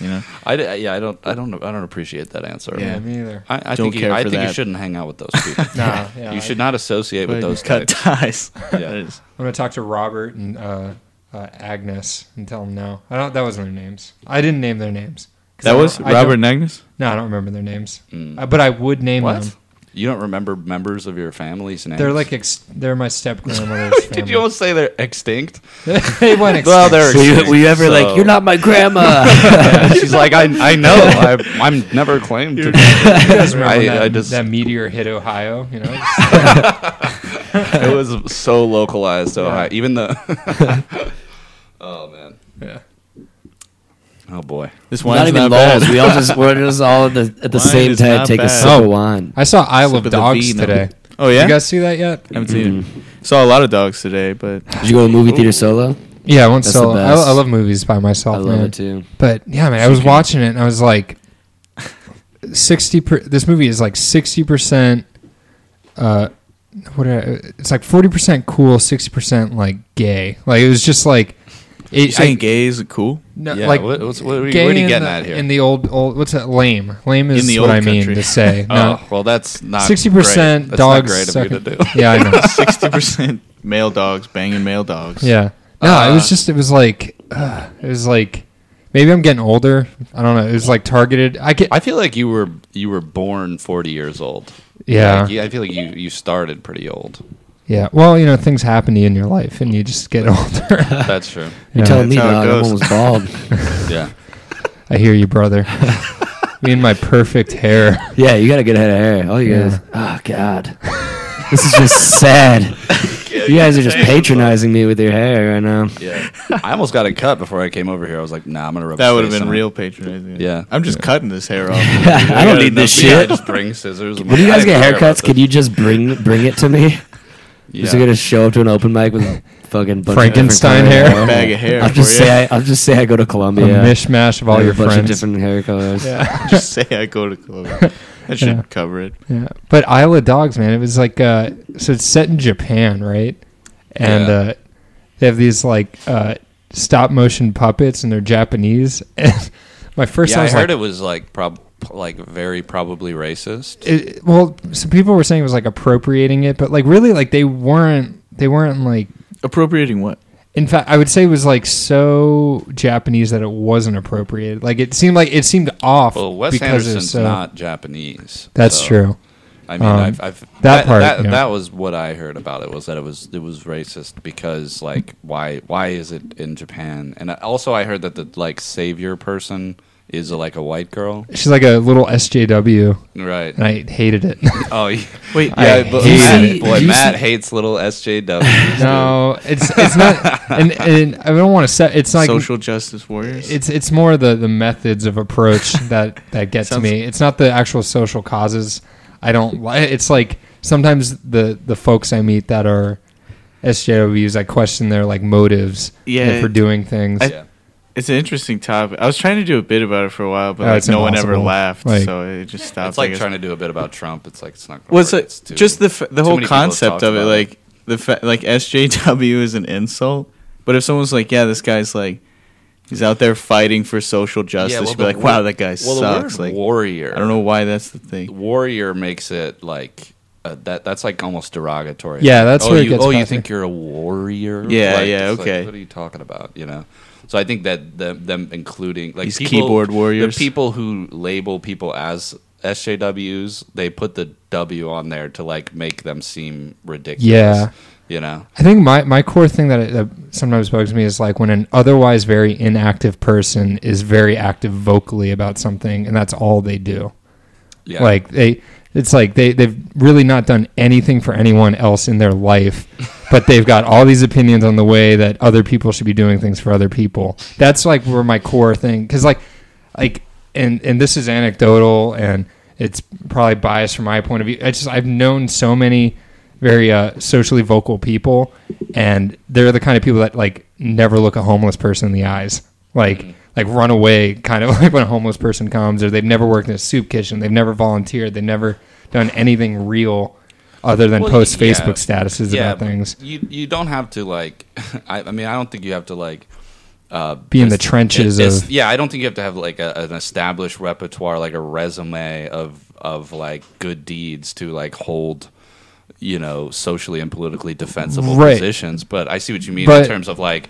You know? I. d- Yeah, I don't. I don't. I don't appreciate that answer. yeah, Yeah. me either. I, I Don't think. You, care I for think you that. shouldn't hang out with those people. Nah, yeah, you I- should not associate with those cut types. ties. Yeah. I'm gonna talk to Robert and uh, uh, Agnes and tell them no. I don't. That wasn't their names. I didn't name their names. 'Cause That I was don't- I Robert don't- Nagnus? No, I don't remember their names. Uh, but I would name them. Mm. What? You don't remember members of your family's names? They're like ex- they're my step grandmother's family. Did you almost say they're extinct? they went extinct. Well, they're Were you, extinct, were you ever so- like, you're not my grandma? She's like, I, I know. I, I'm never claimed to. be." You guys remember I- that, I just- that meteor hit Ohio? You know, It was so localized, so high. Even the. oh man. yeah. Oh boy. This We're one's not not, even bad. lols. We all just we're just all at the, at the Wine same is time not take a bad. sip of wine. I saw Isle Sip of of the Dogs vino. today. Oh yeah, You guys Mm-hmm. see that yet? haven't seen it. Saw a lot of dogs today, but Did you go to a movie theater solo? Yeah, I went That's the solo. I, best. I love movies by myself. I love man. it too. But yeah, man, I was watching it and I was like, sixty. Per, this movie is like sixty percent. Uh, what? Are, it's like forty percent cool, sixty percent like gay. Like it was just like. It, you saying gay is cool? No, Yeah, like what- what's- what are you- gay what are you in getting the- at here? In the old, old, what's that? Lame. Lame is In the what old I mean country. to say. No, Oh well, that's not sixty percent great. dogs. That's not great of you sucking- to do. Yeah, I know. Sixty percent male dogs banging male dogs. Yeah. No, it Uh, was just it was like uh, it was like maybe I'm getting older. I don't know. It was like targeted. I get. I feel like you were you were born forty years old. Yeah. Like, I feel like you you started pretty old. Yeah. Well, you know, things happen to you in your life, and you just get older. That's true. Yeah. You're telling me, That's how dog, it I'm goes. almost bald. Yeah. I hear you, brother. me and my perfect hair. yeah, you got a good head of hair. All you Yeah. guys. Oh God, this is just sad. you guys are just patronizing me with your hair right now. Yeah. I almost got it cut before I came over here. I was like, nah, I'm gonna rub. That his would have face been on it. real patronizing. Yeah. I'm just cutting this hair off. I don't need this Yeah, I shit. just bring scissors. When you guys get haircuts, can you just bring bring it to me? Yeah. Just gonna show up to an open mic with a fucking bunch of different Frankenstein colored hair? Bag of hair I'll just for ya. say I, I'll just say I go to Columbia. A mishmash of all Have your a bunch of friends. different hair colors. just say I go to club. That should Yeah. cover it. Yeah, but Isle of Dogs, man, it was like uh, so it's set in Japan, right? And Yeah. uh, they have these like uh, stop motion puppets, and they're Japanese. And my first, Yeah, I I was heard like, it was like prob like very probably racist. it- well, some people were saying it was like appropriating it, but like really, like they weren't. They weren't like. Appropriating what? In fact, I would say it was like so Japanese that it wasn't appropriated. Like it seemed like it seemed off. Well, Wes because it was Anderson's uh, so- not Japanese. That's so, true. I mean, Um, I've, I've that part, That, yeah. that was what I heard about it was that it was it was racist because like why why is it in Japan? And I- also I heard that the like savior person is like a white girl, She's like a little SJW, right? and I hated it. Oh, yeah, Wait, I yeah, but hate Matt, it. boy, You Matt hates little SJWs. No, it's it's not, and and I don't want to set. It's like social justice warriors. it's it's more the the methods of approach that that gets Sounds- me. It's not the actual social causes. I don't. li- It's like sometimes the the folks I meet that are SJWs, I question their like motives Yeah. for doing things. I- it's an interesting topic. I was trying to do a bit about it for a while, but Oh, like, it's no one ever impossible. laughed, Like- so it just stopped. It's like I guess. trying to do a bit about Trump. It's like it's not. Gonna Well, it's, work. like, It's too- just the f- too the whole many people have talked concept of it, about like the fa- like SJW is an insult. But if someone's like, yeah, this guy's like, he's out there fighting for social justice, you'd the be like, wor- wow, that guy well, the word sucks. Like, warrior. I don't know why that's the thing. Warrior makes it like uh, that. That's like almost derogatory. Yeah, that's oh, where it you, gets Oh, you messy. think you're a warrior? Yeah, Like, yeah, it's like, okay. what are you talking about? You know. So I think that the, them including like These people- keyboard warriors. the people who label people as SJWs, they put the W on there to like make them seem ridiculous. Yeah. you know. I think my, my core thing that, it, that sometimes bugs me is like when an otherwise very inactive person is very active vocally about something, and that's all they do. Yeah, Like they, it's like they they've really not done anything for anyone else in their life, but they've got all these opinions on the way that other people should be doing things for other people. That's like where my core thing, because like, like, and and this is anecdotal and it's probably biased from my point of view. I just I've known so many very uh, socially vocal people, and they're the kind of people that like never look a homeless person in the eyes, like Mm-hmm. like run away, kind of like when a homeless person comes, or they've never worked in a soup kitchen, they've never volunteered, they've never done anything real other than Well, post yeah. Facebook statuses about but things. You you don't have to like. I, I mean, I don't think you have to like. Uh, Be in the it's- trenches it's- of- yeah, I don't think you have to have like a, an established repertoire, like a resume of of like good deeds to like hold, you know, socially and politically defensible Right. positions. But I see what you mean in But- terms of like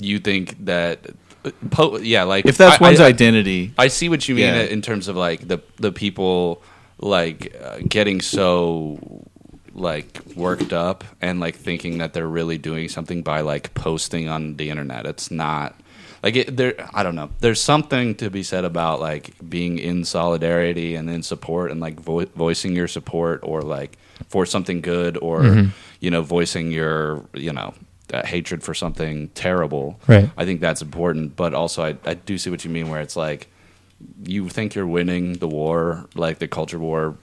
you think that, uh, po- yeah, like If that's I- one's I- identity, I see what you mean Yeah. in terms of like the the people like uh, getting so like worked up and like thinking that they're really doing something by like posting on the internet. It's not like it, there. I don't know. There's something to be said about like being in solidarity and in support and like vo- voicing your support or like for something good or you know voicing your you know uh, hatred for something terrible. Right. I think that's important, but also I, I do see what you mean where it's like you think you're winning the war, like the culture war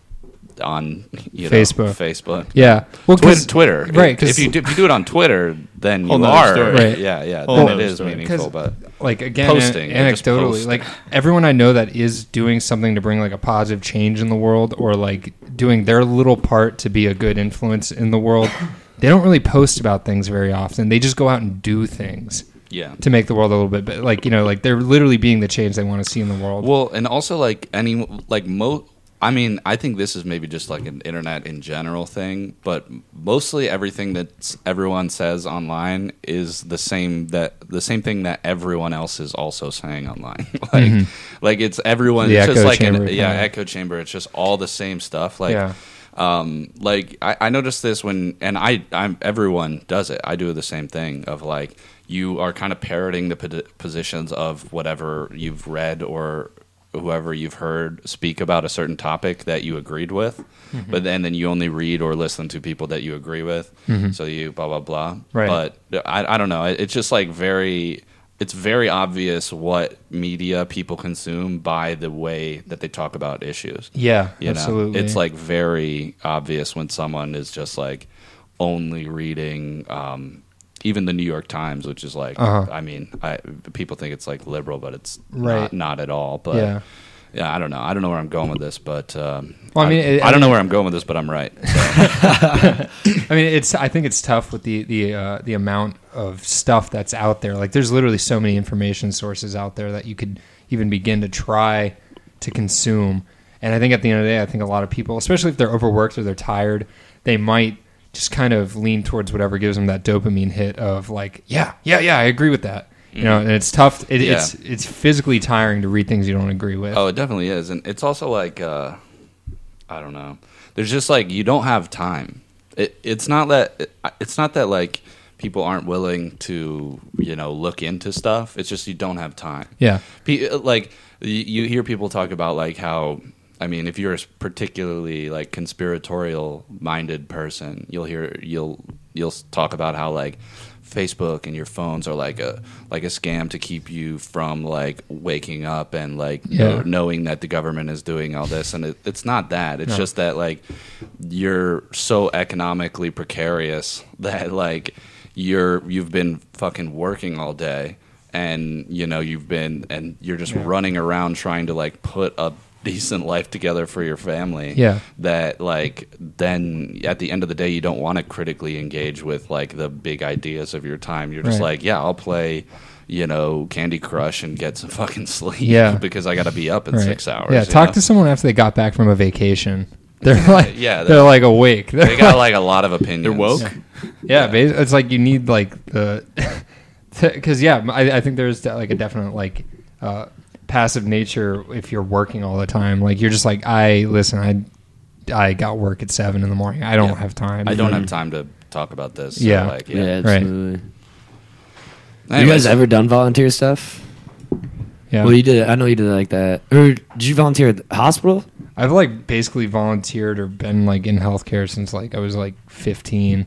on you know, Facebook. Facebook. Yeah, well, Twitter, Twitter, right? If you do, if you do it on Twitter, then Whole you nother are, story. Right. yeah, yeah. Whole Then it nother is story. meaningful, but like again an- Posting, they just anecdotally post. like everyone i know that is doing something to bring like a positive change in the world or like doing their little part to be a good influence in the world they don't really post about things very often they just go out and do things yeah. to make the world a little bit better like you know like they're literally being the change they want to see in the world Well, and also like any like mo. I mean, I think this is maybe just like an internet in general thing, but mostly everything that everyone says online is the same that the same thing that everyone else is also saying online. like, like it's everyone. Mm-hmm. The it's just echo like an, chamber yeah, kinda. echo chamber. It's just all the same stuff. Like, Yeah. um, like I, I noticed this when, and I, I'm everyone does it. I do the same thing of like you are kind of parroting the po- positions of whatever you've read or whoever you've heard speak about a certain topic that you agreed with, Mm-hmm. but then then you only read or listen to people that you agree with. So you blah blah blah. Mm-hmm. Right. But I, I don't know. It- It's just like very. It's very obvious what media people consume by the way that they talk about issues. yeah You know, absolutely it's like very obvious when someone is just like only reading um, even the New York Times, which is like, Uh-huh. I mean, I, people think it's like liberal, but it's Right. not, not at all. But Yeah. yeah. I don't know. I don't know where I'm going with this, but um, Well, I mean, it- I, I don't know mean- where I'm going with this, but I'm right. I mean, it's. I think it's tough with the the uh, the amount of stuff that's out there. Like, there's literally so many information sources out there that you could even begin to try to consume. And I think at the end of the day, I think a lot of people, especially if they're overworked or they're tired, they might just kind of lean towards whatever gives them that dopamine hit of like, yeah, yeah, yeah, I agree with that. You know, and it's tough. It, Mm-hmm. Yeah. It's it's physically tiring to read things you don't agree with. Oh, it definitely is, and it's also like uh, I don't know. There's just like you don't have time. It, it's not that it's not that like people aren't willing to you know look into stuff. It's just you don't have time. Yeah. Pe- like you, you hear people talk about like how I mean, if you're a particularly like conspiratorial minded person, you'll hear you'll you'll talk about how like Facebook and your phones are like a like a scam to keep you from like waking up and like Yeah. know- knowing that the government is doing all this and it, it's not that it's No. just that like you're so economically precarious that like you're you've been fucking working all day and you know you've been and you're just running around trying to like put a decent life together for your family Yeah. that like then at the end of the day you don't want to critically engage with like the big ideas of your time you're just Right. like yeah i'll play you know candy crush and get some fucking sleep Yeah. because i gotta be up in Right. six hours Yeah, you talk know? to someone after they got back from a vacation. They're like, Yeah, they're, they're- like awake. They're they got like a lot of opinions they're woke. Yeah, basi- it's like you need like the because yeah, I, I think there's de- like a definite like uh, passive nature if you're working all the time. Like you're just like I listen, I I got work at seven in the morning. I don't Yeah. have time. i don't have time to talk about this so, Mm-hmm. Yeah. like, Yeah, yeah, Right. absolutely. Have you Anyways, guys ever done volunteer stuff? Yeah, Mm-hmm. Well, you did. I know you did it like that. Or did you volunteer at the hospital? I've like basically volunteered or been like in healthcare since like I was like 15,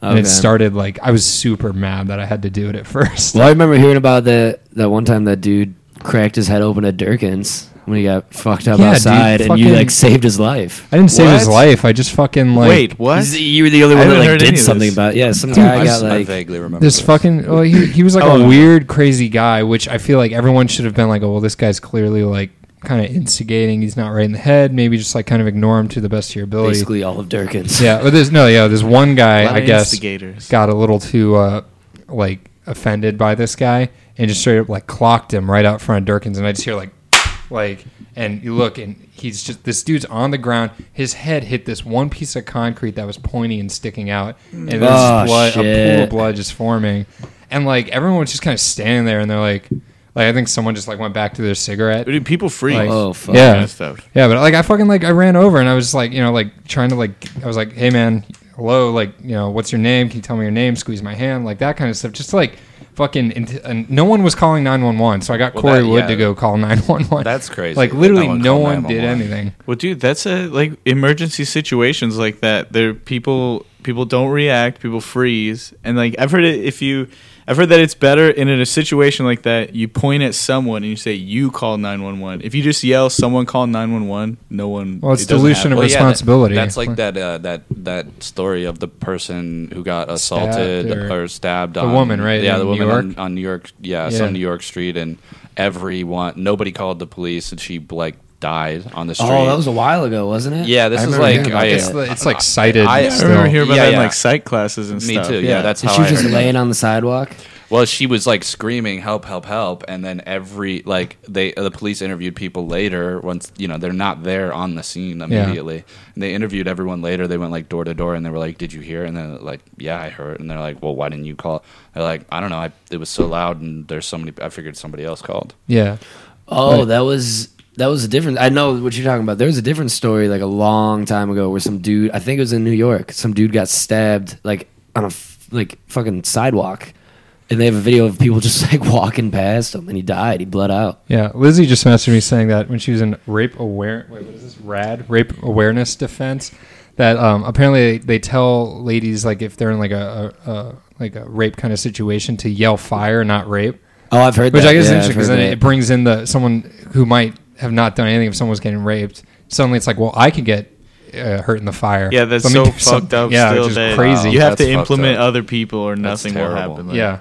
and Okay. it started like I was super mad that I had to do it at first. Well, I remember hearing about that that one time that dude cracked his head open at Durkin's. when he got fucked up Yeah, dude, outside and you fucking- like saved his life. I didn't save his What? life. I just fucking like Wait, what? You were the only I one that haven't like heard did any of something this. about. Yeah, some Dude, guy I, got s- I like vaguely remember this fucking well he, he was like Oh, a no. weird crazy guy which i feel like everyone should have been like oh well this guy's clearly like kind of instigating he's not right in the head maybe just like kind of ignore him to the best of your ability basically all of Durkin's. yeah but there's no yeah there's one A guy lot i of guess Instigators. got a little too uh like offended by this guy and just straight up like clocked him right out front of durkins and i just hear like like and you look and he's just this dude's on the ground his head hit this one piece of concrete that was pointy and sticking out and there's Oh, blood, a pool of shit. blood just forming and like everyone was just kind of standing there and they're like like i think someone just like went back to their cigarette Dude, people freak. Like- Oh fuck. Yeah. Kind of stuff. yeah, but like I fucking like I ran over and I was like, you know, like trying to like I was like, hey man, hello, like you know, what's your name? Can you tell me your name? Squeeze my hand, like that kind of stuff. Just like fucking, and, and no one was calling nine one one, so I got Well, Corey that- Wood yeah. to go call nine one one. That's crazy Like that literally, no one no called one did 911. anything. Well, dude, that's a like emergency situations like that. There, people people don't react. People freeze, and like I've heard it. If you, I've heard that it's better in a situation like that. You point at someone and you say, "You call nine one one." If you just yell, "Someone call nine one one," no one. Well, it's it doesn't dilution happen. of Well, yeah, that- responsibility. that's like that uh, that that story of the person who got assaulted or- or, stabbed. The on, woman, right, Yeah, in the New woman York? On, on New York. Yeah, Yeah. some New York street, and everyone, nobody called the police, and she like died on the street. Oh, that was a while ago, wasn't it? Yeah, this I is remember like- hearing about I- uh, it's, that. the- it's like cited. I- I Yeah, still. I remember hearing about Yeah, that in yeah. like psych classes and me stuff. too. Yeah, that's And how she I was just heard about it. laying on the sidewalk. Well, she was like screaming, "Help! Help! Help!" And then every like they the police interviewed people later. Once you know they're not there on the scene immediately, and they interviewed everyone later. They went like door to door and they were like, "Did you hear?" And then like, "Yeah, I heard." And they're like, "Well, why didn't you call?" They're like, "I don't know. I, it was so loud, and there's somebody. I figured somebody else called." yeah, Oh, Right. that was that was a different. I know what you're talking about. There was a different story like a long time ago where some dude, I think it was in New York, some dude got stabbed like on a f- like fucking sidewalk, and they have a video of people just like walking past him, and he died. He bled out. yeah. Lizzie just messaged me saying that when she was in rape aware. Wait, what is this? Rad rape awareness defense. That um, apparently they, they tell ladies like if they're in like a, a, a like a rape kind of situation to yell fire, not rape. Oh, I've heard. Which that. I guess Yeah, is interesting I've because heard then it that. brings in the someone who might have not done anything if someone was getting raped. Suddenly it's like, well, I could get uh, hurt in the fire. Yeah, that's Let me so do fucked something. up. Yeah, still which is that um, crazy. You have That's to fucked implement up. other people, or That's nothing will terrible. happen. Like, yeah.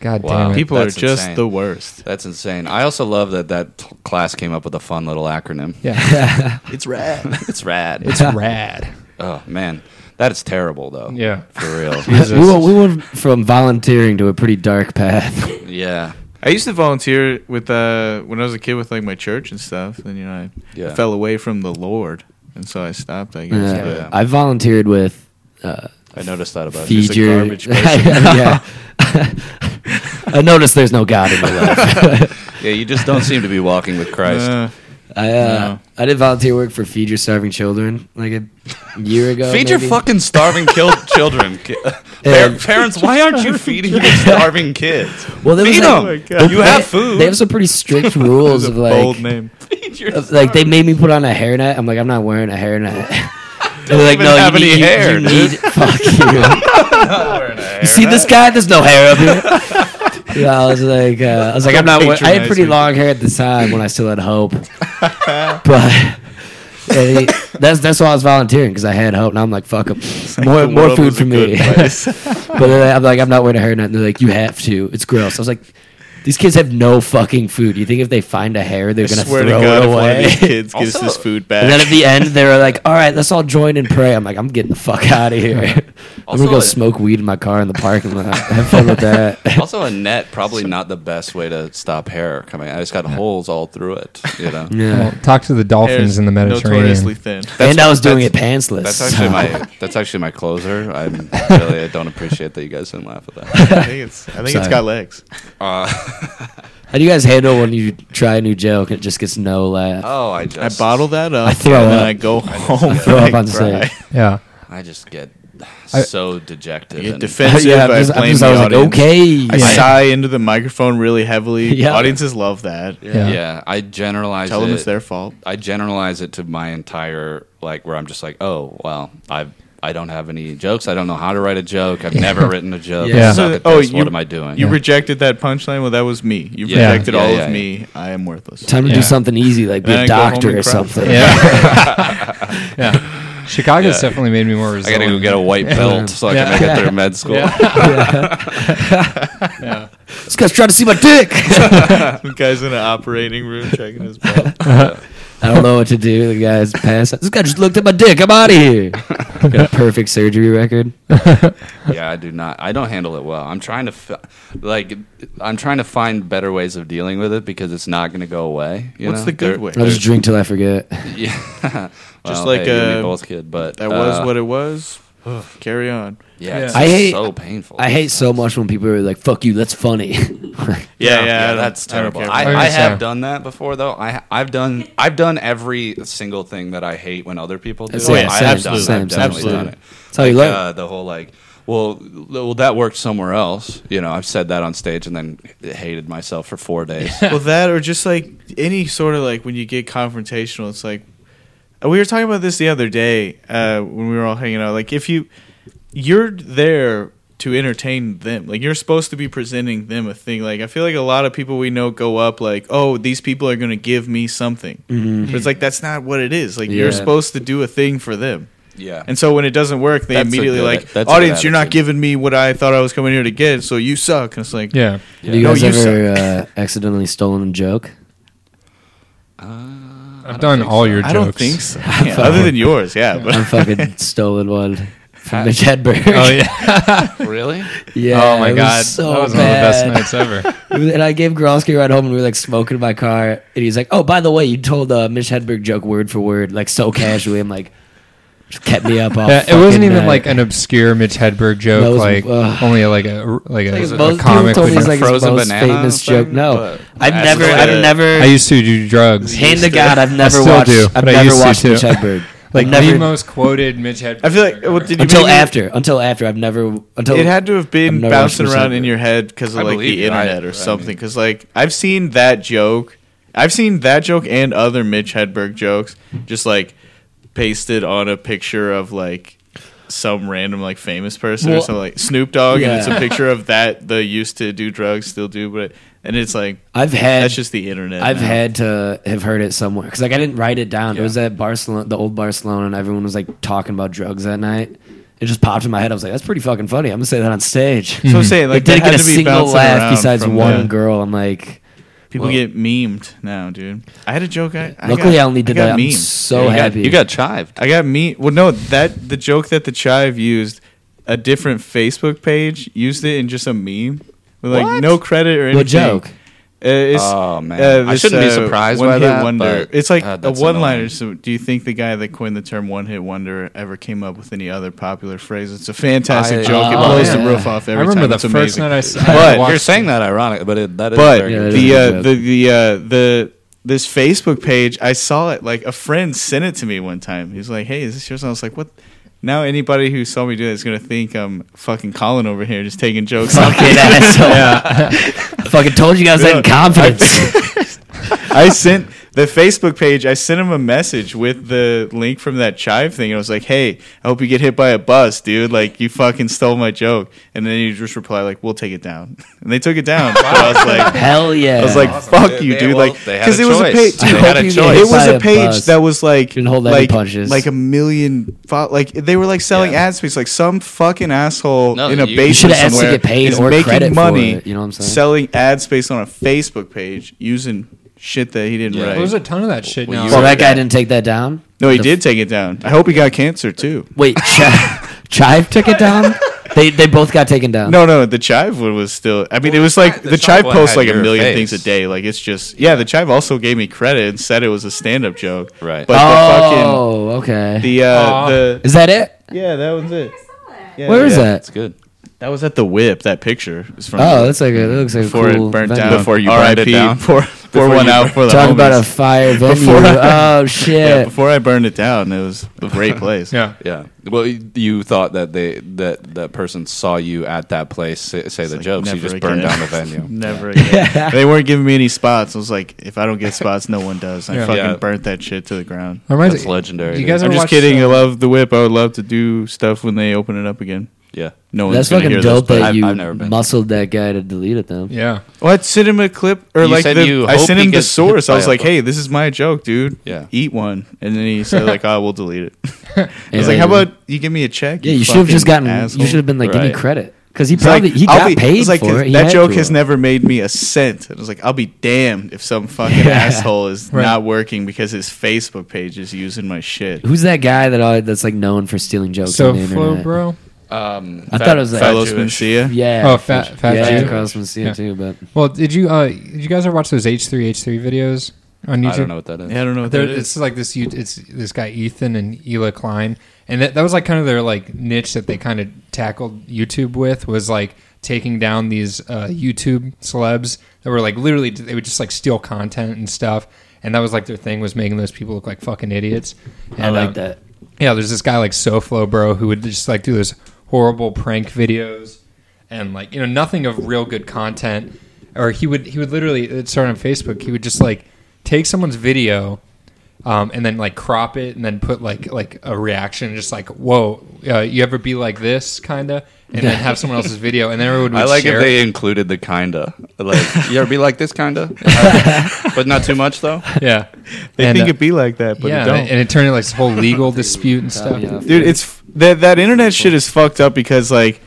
God Wow. damn it. people That's are just insane. the worst. That's insane. I also love that that t- class came up with a fun little acronym. Yeah, It's rad. it's rad. it's rad. oh man, that is terrible though. Yeah. for real. Jesus. We went, we went from volunteering to a pretty dark path. yeah. I used to volunteer with uh, when I was a kid with like my church and stuff, and you know I Yeah. fell away from the Lord, and so I stopped. I guess. Yeah. but- Yeah. I volunteered with uh, I noticed that about you. just feed a your. garbage person. Yeah. I noticed there's no God in my life. Yeah, you just don't seem to be walking with Christ. Uh, I uh, No. I did volunteer work for Feed Your Starving Children like a year ago. Feed your maybe. fucking starving killed children. Ki- uh, Par- parents, why aren't you feeding your starving kids? Well, there was, Feed like- Oh them. you have food. They have some pretty strict rules of bold like, name. Feed your of, like they made me put on a hairnet. I'm like, I'm not wearing a hairnet. And They're like, even have any hair, you dude." need- fuck you. you see this guy? There's no hair up here. yeah, I was like, uh, I was like, I'm not. wear- I had Patronize pretty me. long hair at the time when I still had hope, but. and he- that's that's why I was volunteering because I had hope, and I'm like, fuck 'em. More the more world food is a for me. good place. But then I'm like, I'm not wearing a hairnet. And they're like, you have to. It's gross. I was like, these kids have no fucking food. You think if they find a hair, they're I gonna swear throw to God, it if one of away? these kids gives Also- this food and then back, at the end, they were like, all right, let's all join and pray. I'm like, I'm getting the fuck out of here. I'm Also, gonna go uh, smoke weed in my car in the parking lot. Have fun with that. also, a net probably not the best way to stop hair coming. I just got holes all through it. You know, Yeah. Well, talk to the dolphins hair's in the notoriously Mediterranean. thin. and I was doing it that's- pantsless. that's so- actually my that's actually my closer. I'm really I don't appreciate that you guys didn't laugh at that. I think it's I think it's Sorry. got legs. Uh, How do you guys handle when you try a new joke and it just gets no laugh? Uh, Oh, I just I bottle that up, I throw and then up. I go home. and throw I up on cry. stage. Yeah. I just get I- so dejected. I get and- defensive. yeah, I'm I just, I'm blame just the always like, audience. okay. I sigh into the microphone really heavily. Yeah. Audiences love that. yeah. Yeah. I generalize. Tell them it. it's their fault. I generalize it to my entire like where I'm just like, oh well, I've I don't have any jokes. I don't know how to write a joke. I've never written a joke. Yeah. I suck So- at oh, this. you- what am I doing? You Yeah. rejected that punchline. Well, that was me. You Yeah. rejected Yeah, all yeah, of yeah. me. I am worthless. Time to Yeah. do something easy, like be And a I go home doctor and or cry. something. Yeah. yeah. Chicago's Yeah. definitely made me more I gotta resilient. go get a white belt so I Yeah. can make it through med school. This guy's trying to see my dick. Some guy's in an operating room checking his blood. I don't know what to do. The guy's passed. out. This guy just looked at my dick. I'm out of here. Got a perfect surgery record. yeah, I do not. I don't handle it well. I'm trying to, fi- like, I'm trying to find better ways of dealing with it because it's not going to go away. you What's know? the good There- way? I'll just drink till I forget. Yeah, Just Well, like, hey, you and uh, Nicole's kid, but That was uh, what it was. Carry on. Yeah, it's I hate- so painful. I hate so much when people are like, "Fuck you, that's funny." Yeah, yeah, I don't- that's I don't terrible. care. I, I I have understand. done that before, though. I I've done I've done every single thing that I hate when other people do. Same, it. Oh, yeah, I same, have done. it. same, I've same, definitely same. done it. That's how you Like, learn. uh, the whole like, well, well, that worked somewhere else. You know, I've said that on stage and then hated myself for four days. well, that or just like any sort of like when you get confrontational, it's like uh, we were talking about this the other day uh, when we were all hanging out. Like if you you're there to entertain them, like you're supposed to be presenting them a thing. Like I feel like a lot of people we know go up like, oh, these people are going to give me something, Mm-hmm. but it's like that's not what it is. Like you're Yeah. supposed to do a thing for them. yeah, And so when it doesn't work, they That's a immediately good- like, that's a good audience, you're not attitude. giving me what I thought I was coming here to get, so you suck. And it's like, Yeah. Have you No, guys you ever uh, accidentally stolen a joke? Uh, I've done all your jokes. I don't think so. Yeah, fucking- other than yours, yeah. But I fucking stolen one from Mitch Hedberg. Oh yeah. really? yeah. oh my it was god. so that was bad. one of the best nights ever. And I gave Gronsky a ride home, and we were like smoking in my car. And he's like, "Oh, by the way, you told uh, Mitch Hedberg joke word for word, like so casually." I'm like, just kept me up all. Yeah, it wasn't Oh, fucking even night. like an obscure Mitch Hedberg joke, That was- like ugh. only like a like a, Like, a most comic. people told Would me it's a like his frozen most banana famous thing, jok. No, but- I've That's never, like I've a- never. I used to do drugs. hand to God, I've never still watched. do, I've but I never used to, watched too. Mitch Hedberg. Like I've never, the most quoted Mitch Hedberg. I feel like joke well, ever. did you until mean- after, until after, I've never until It had to have I've been never bouncing actually around seen in it. your head because of I like believe the you. I- internet I or something. mean- Because like I've seen that joke, I've seen that joke and other Mitch Hedberg jokes just like pasted on a picture of like some random like famous person or Well, something like Snoop Dogg, and it's a yeah. picture of that the used to do drugs still do, but and it's like I've had. that's just the internet. I've now. had to have heard it somewhere because like I didn't write it down. It was at Barcelona, the old Barcelona, and everyone was like talking about drugs that night. It just popped in my head. I was like, "That's pretty fucking funny." I'm gonna say that on stage. So I'm saying like It didn't that get a had to be single bouncing laugh around besides from one the- girl. I'm like, People Well- get memed now, dude. I had a joke. I, I luckily got- I only did got that. I'm memed. so you got, happy. you got chived. I got me. Well, no, that the joke that the chive used, a different Facebook page used it in just a meme with like What? no credit or anything. What joke? Uh, it's, Oh, man. uh, I this, shouldn't be uh, surprised one by hit that, Wonder. but- It's like God, a that's one-liner. annoying. So, do you think the guy that coined the term "one-hit wonder" ever came up with any other popular phrase? It's a fantastic I- uh, joke. it Oh, blows yeah. the roof off I every remember time. the it's first amazing. night I saw. But- I watched You're saying that ironic, but it, that is. But very Yeah, good. it is the uh, good. the the uh, the this Facebook page, I saw it. Like a friend sent it to me one time. He's like, "Hey, is this yours?" And I was like, "What?" Now anybody who saw me do that is gonna think I'm fucking Colin over here, just taking jokes. off. fucking asshole. I fucking told you guys that in Yeah. confidence. I sent the Facebook page. I sent him a message with the link from that chive thing. I was like, "Hey, I hope you get hit by a bus, dude. Like you fucking stole my joke." And then he just replied, "Like we'll take it down." And they took it down. So I was like, Hell yeah! I was like, "Fuck They- you, they- dude!" well, like, they had because a it was a choice. page. They had a choice. It was By a a page bus. that was like, Couldn't hold any like, punches. like a million. Fo- like they were like selling Yeah. ad space. Like some fucking asshole No, in a you- You basement should've asked to somewhere get paid is or making credit for money. it, you know what I'm saying? Selling ad space on a Facebook page using shit that he didn't Yeah. write. Well, There's a ton of that shit Well, now. you- so that guy Yeah. didn't take that down. no, he The- did take it down. I hope he got cancer too. Wait, Chive, Chive took it down. They they both got taken down. No, no, the chive one was still. I mean, it was like the the, chive chive one posts had like a your million face. things a day. Like it's just yeah. The chive also gave me credit and said it was a stand-up joke. Right. But oh, okay. the fucking the uh, Aw. the Is that it? Yeah, that was it. Yeah, Where is yeah. That's that? good. That was at the whip. That picture is from Oh, that's like a, that looks like before a cool it burnt venue. down. Before you burned it R.I.P. down? Poor, Pour one you- out for the Talk about a homies. fire venue. Before I- oh yeah, shit! before I burned it down, it was a great place. Yeah. Yeah. Well, y- you thought that they that that person saw you at that place say, say the It's like, jokes. You never just burned again. down the venue. Never again. they weren't giving me any spots. I was like, if I don't get spots, no one does. I Yeah. fucking Yeah. burnt that shit to the ground. Reminds That's legendary. you dude. guys I'm ever just watched, kidding. uh, I love the whip. I would love to do stuff when they open it up again. yeah. No one's That's gonna fucking hear dope This, but that I've- you I've never been. muscled that guy to delete it though. Yeah. what? Send him a clip or You like said the, you I hope sent he him the gets hit source. I by was a like, hook. hey, this is my joke, dude. Yeah. Eat one, and then he said like, oh, we'll delete it. I was Yeah. like, how about you give me a check? Yeah, you should have just fucking gotten. asshole." You should have been like, give me Right. credit because he It's like, probably he I'll got be- paid it's like, for it. He That had joke to has have. never made me a cent. And I was like, I'll be damned if some fucking Yeah. asshole is Right. not working because his Facebook page is using my shit. Who's that guy that all, that's like known for stealing jokes So on the flow, internet? bro. Um, I thought it was like- Fellow Jewish. Spencia? Yeah. Oh, fat, fat yeah, Jew. Carlos Mencia Yeah. too, but Well, did you uh, did you guys ever watch those H three H three videos on YouTube? I don't know what that is. Yeah, I don't know what There, that is. it's like this. you- It's this guy Ethan and Ela Klein, and that, that was like kind of their like niche that they kind of tackled YouTube with was like taking down these uh, YouTube celebs that were like literally they would just like steal content and stuff, and that was like their thing was making those people look like fucking idiots. And, I like um, that. Yeah, there's this guy like SoFlo bro who would just like do those horrible prank videos and like you know nothing of real good content. Or he would he would literally it started on Facebook. He would just like take someone's video um, and then like crop it and then put like like a reaction, just like whoa, uh, you ever be like this kind of, and then have someone else's video, and then everyone would I like share if it. they included the kinda. Like, you ever be like this kinda, but not too much though. yeah, They and, think uh, it'd be like that, but yeah, it don't. and it turned into like this whole legal dispute and stuff. Yeah. dude it's f- that that internet shit is fucked up because like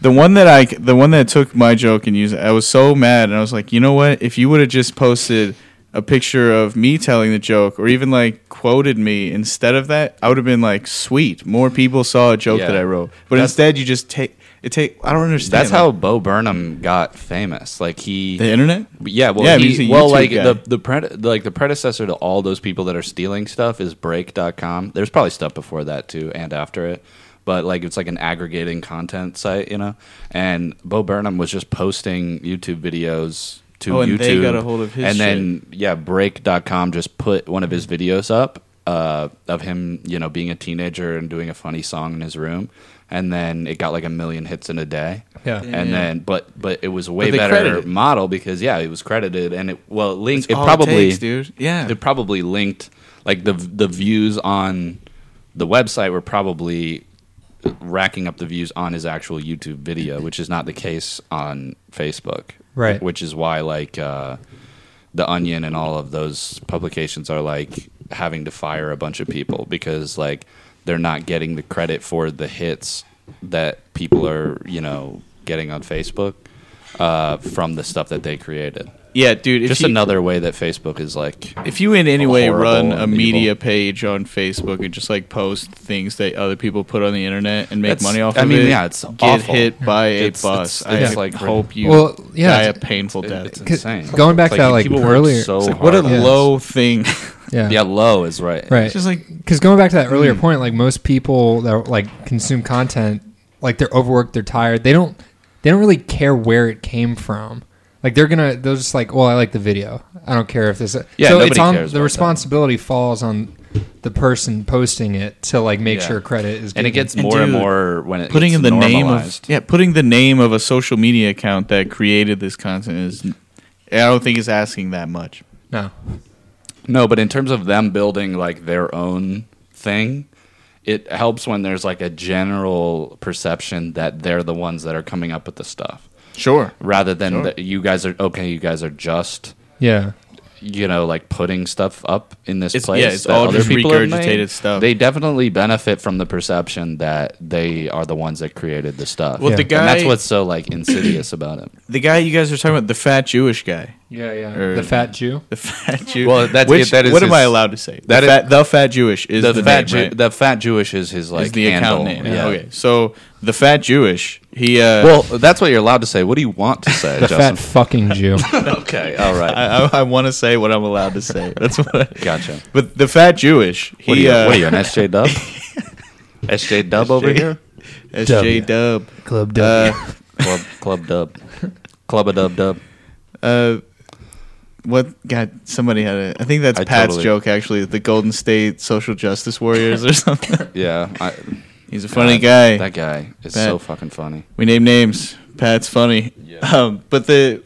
the one that i the one that took my joke and used it, i was so mad and i was like you know what if you would have just posted a picture of me telling the joke or even like quoted me instead of that i would have been like sweet more people saw a joke Yeah. that i wrote but That's- instead you just take it take i don't understand That's how Bo Burnham got famous. Like he the internet Yeah, well, Yeah, he- he's a well, YouTube like guy. the the pre- like the predecessor to all those people that are stealing stuff is Break.com. There's probably stuff before that too and after it, but like it's like an aggregating content site, you know. And Bo Burnham was just posting YouTube videos to Oh, YouTube, and they got a hold of his and then yeah, Break.com just put one of his videos up uh, of him, you know, being a teenager and doing a funny song in his room. And then it got like a million hits in a day Yeah. and then but but it was a way they better credited. model because yeah, it was credited and it well it linked That's it all probably takes, dude yeah it probably linked like the the views on the website were probably racking up the views on his actual YouTube video, which is not the case on Facebook. Right. Which is why like uh the Onion and all of those publications are like having to fire a bunch of people because like they're not getting the credit for the hits that people are, you know, getting on Facebook uh from the stuff that they created. yeah dude if Just you- another way that Facebook is like If you in any way horrible run a and evil. media page on Facebook and just like post things that other people put on the internet and make That's- money off I of mean, it, yeah, it's get awful. hit by a It's- bus. it's- it's I like- hope you Well, yeah, die a it's- painful It- death. it's Cause insane. going back It's to, like, people work earlier- so It's It's like, what a hard on this. low thing. yeah, yeah low is right right. it's just like because going back to Hmm. that earlier point, like most people that like consume content, like they're overworked, they're tired, they don't they don't really care where it came from. Like they're gonna, they're just like, well, I like the video. I don't care if this. Yeah, so nobody it's on cares the about responsibility falls on the person posting it to like make Yeah. sure credit is. and it given. gets And more and dude, more when it putting gets in the name of normalized. yeah, putting the name of a social media account that created this content is. I don't think it's asking that much. no. No, but in terms of them building like their own thing, it helps when there's like a general perception that they're the ones that are coming up with the stuff, Sure. rather than Sure. that you guys are okay. You guys are just Yeah. you know like putting stuff up in this It's- place. yeah, it's that all other just people have regurgitated made. stuff. They definitely benefit from the perception that they are the ones that created the stuff. Well, Yeah. the And guy, and that's what's so like insidious about it. the guy you guys are talking about, the fat Jewish guy. Yeah, yeah. Er, Or- the fat Jew. The fat Jew. Well, that's- Which, that is what am his- I allowed to say? that the, is- fat, the fat Jewish is The, the, fat name, Jew, right? the fat Jewish is his like is the account handle. name. Okay. So the fat Jewish. He. Uh, Well, that's what you're allowed to say. What do you want to say, The Justin? fat fucking Jew. okay, all right, I, I, I want to say what I'm allowed to say. That's what. I, gotcha. But the fat Jewish. He. What are you, uh, what are you an SJ Dub? SJ Dub over here, SJ Dub. Club Uh, Club Club Dub, Club a Dub Dub. uh, what God somebody had it. I think that's I Pat's totally- joke actually. The Golden State Social Justice Warriors or something. Yeah, I, He's a funny guy. God, That guy is Bad. so fucking funny. we name names. Pat's funny. Yeah. Um, but the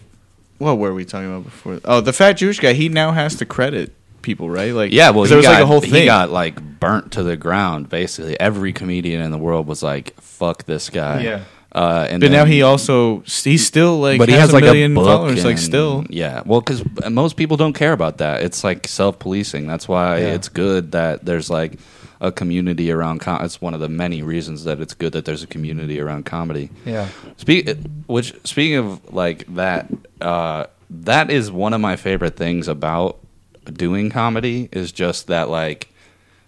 what were we talking about before? Oh, the fat Jewish guy. He now has to credit people, right? Like Yeah, well, he 'cause there was got, like a whole He thing. got like burnt to the ground. Basically, every comedian in the world was like, "Fuck this guy." Yeah. uh, and but now then- he also he's still like but he has, has a like million a book followers. like and- still, yeah. Well, because most people don't care about that. It's like self policing. That's why Yeah. it's good that there's like a community around. Com- it's one of the many reasons that it's good that there's a community around comedy. Yeah. Speak, which speaking of like that, uh, that is one of my favorite things about doing comedy is just that like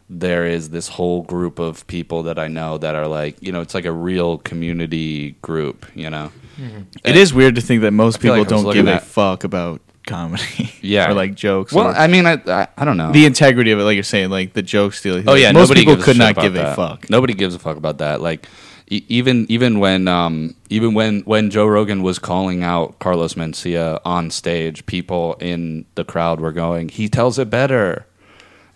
there is this whole group of people that I know that are like you know it's like a real community group you know it is weird to think that most feel people like I was don't looking give a at- fuck about comedy. Yeah. or like jokes. well or- I mean I I, I don't know the integrity of it, like you're saying, like the joke stealing. Oh yeah, most nobody people gives could a shit not about give a that. fuck. Nobody gives a fuck about that. Like e- even even when um even when when Joe Rogan was calling out Carlos Mencia on stage, people in the crowd were going, "He tells it better,"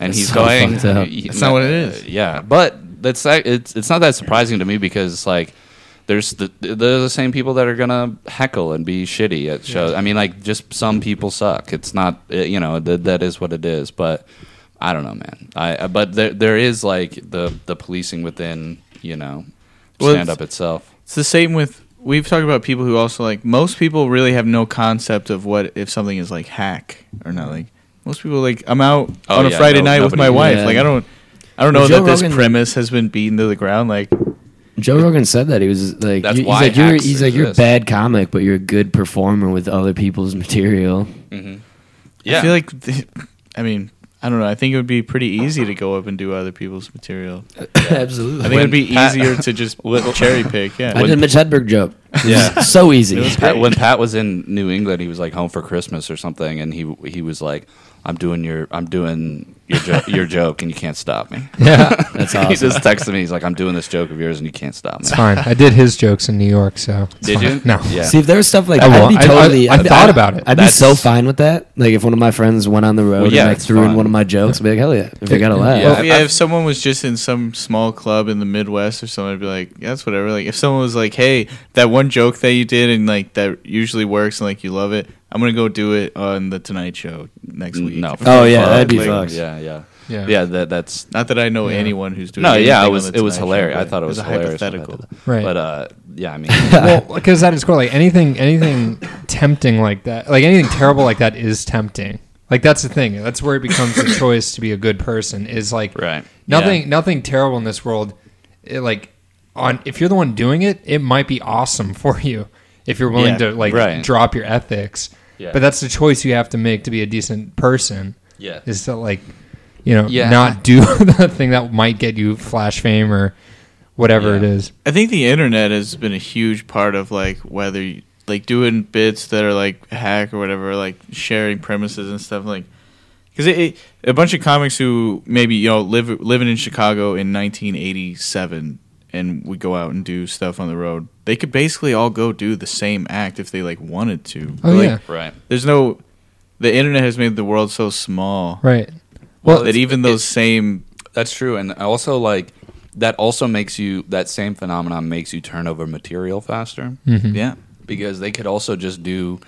and That's he's so going, fucked up. "Y- That's not what it is. Yeah, but that's it's it's not that surprising to me because like. There's the they're the same people that are gonna heckle and be shitty at shows. I mean, like just some people suck. It's not uh, you know that that is what it is. But I don't know, man. I I- but there there is like the the policing within you know Well, stand up itself. It's the same with we've talked about people who also like most people really have no concept of what if something is like hack or not. Like most people, like I'm out Oh, on a yeah, Friday no- night with my nobody- wife. Yeah. Like I don't, I don't Well, know Joe that this Rogan- premise has been beaten to the ground. Like Joe Rogan said that he was like, That's he- he's why like, you're, hacks he's like, you're a exist. bad comic, but you're a good performer with other people's material. I feel like, th- I mean, I don't know. I think it would be pretty easy to go up and do other people's material. Absolutely. I think When it'd be Pat- easier to just cherry pick. Yeah, I did a Mitch Hedberg joke. Yeah. so easy. It was Pat, when Pat was in New England, he was like home for Christmas or something, and he he was like, "I'm doing your I'm doing your jo- your joke, and you can't stop me." Yeah. That's he awesome. just texted me. He's like, "I'm doing this joke of yours, and you can't stop me." It's fine. I did his jokes in New York, so it's Did fine. you? No. Yeah. See if there was stuff like I I'd won't. be I- I- totally. I I'd- thought I'd- about it. I'd be That's- so fine with that. Like if one of my friends went on the road Well, yeah, and like it's threw in fun. one of my jokes, I'd be like, hell yeah, if they got a laugh. Yeah. Well, yeah, if someone was just in some small club in the Midwest or something, I'd be like, yeah, that's whatever. Like, if someone was like, hey, that one joke that you did and like that usually works and like you love it, I'm gonna go do it on the Tonight Show next week. No. Oh, yeah, that'd be Like, fucked. Yeah, yeah, Yeah. yeah. That that's Not that I know anyone who's doing. no, yeah. anything It on was the it was Tonight Show, hilarious. I but thought it it's was a hilarious. when I hypothetical. did that. Right. But uh, yeah, I mean, well, because that is cool. Like anything, anything tempting like that, like anything terrible like that is tempting. Like that's the thing. That's where it becomes a choice to be a good person. Is like Right. Nothing, nothing terrible in this world. It, like on, if you're the one doing it, it might be awesome for you if you're willing Yeah, to like right. drop your ethics. Yeah. But that's the choice you have to make to be a decent person. Yeah. Is to like, you know, Yeah. not do the thing that might get you flash fame or whatever Yeah. it is. I think the internet has been a huge part of like whether you, like doing bits that are like hack or whatever, like sharing premises and stuff like. Because it, it, a bunch of comics who maybe you know live living in Chicago in 1987 and would go out and do stuff on the road, they could basically all go do the same act if they like wanted to. Oh, Like, yeah. right. There's no. The internet has made the world so small Right. Well, that it's- even those same That's true, and also like that also makes you that same phenomenon makes you turn over material faster Mm-hmm. yeah because they could also just do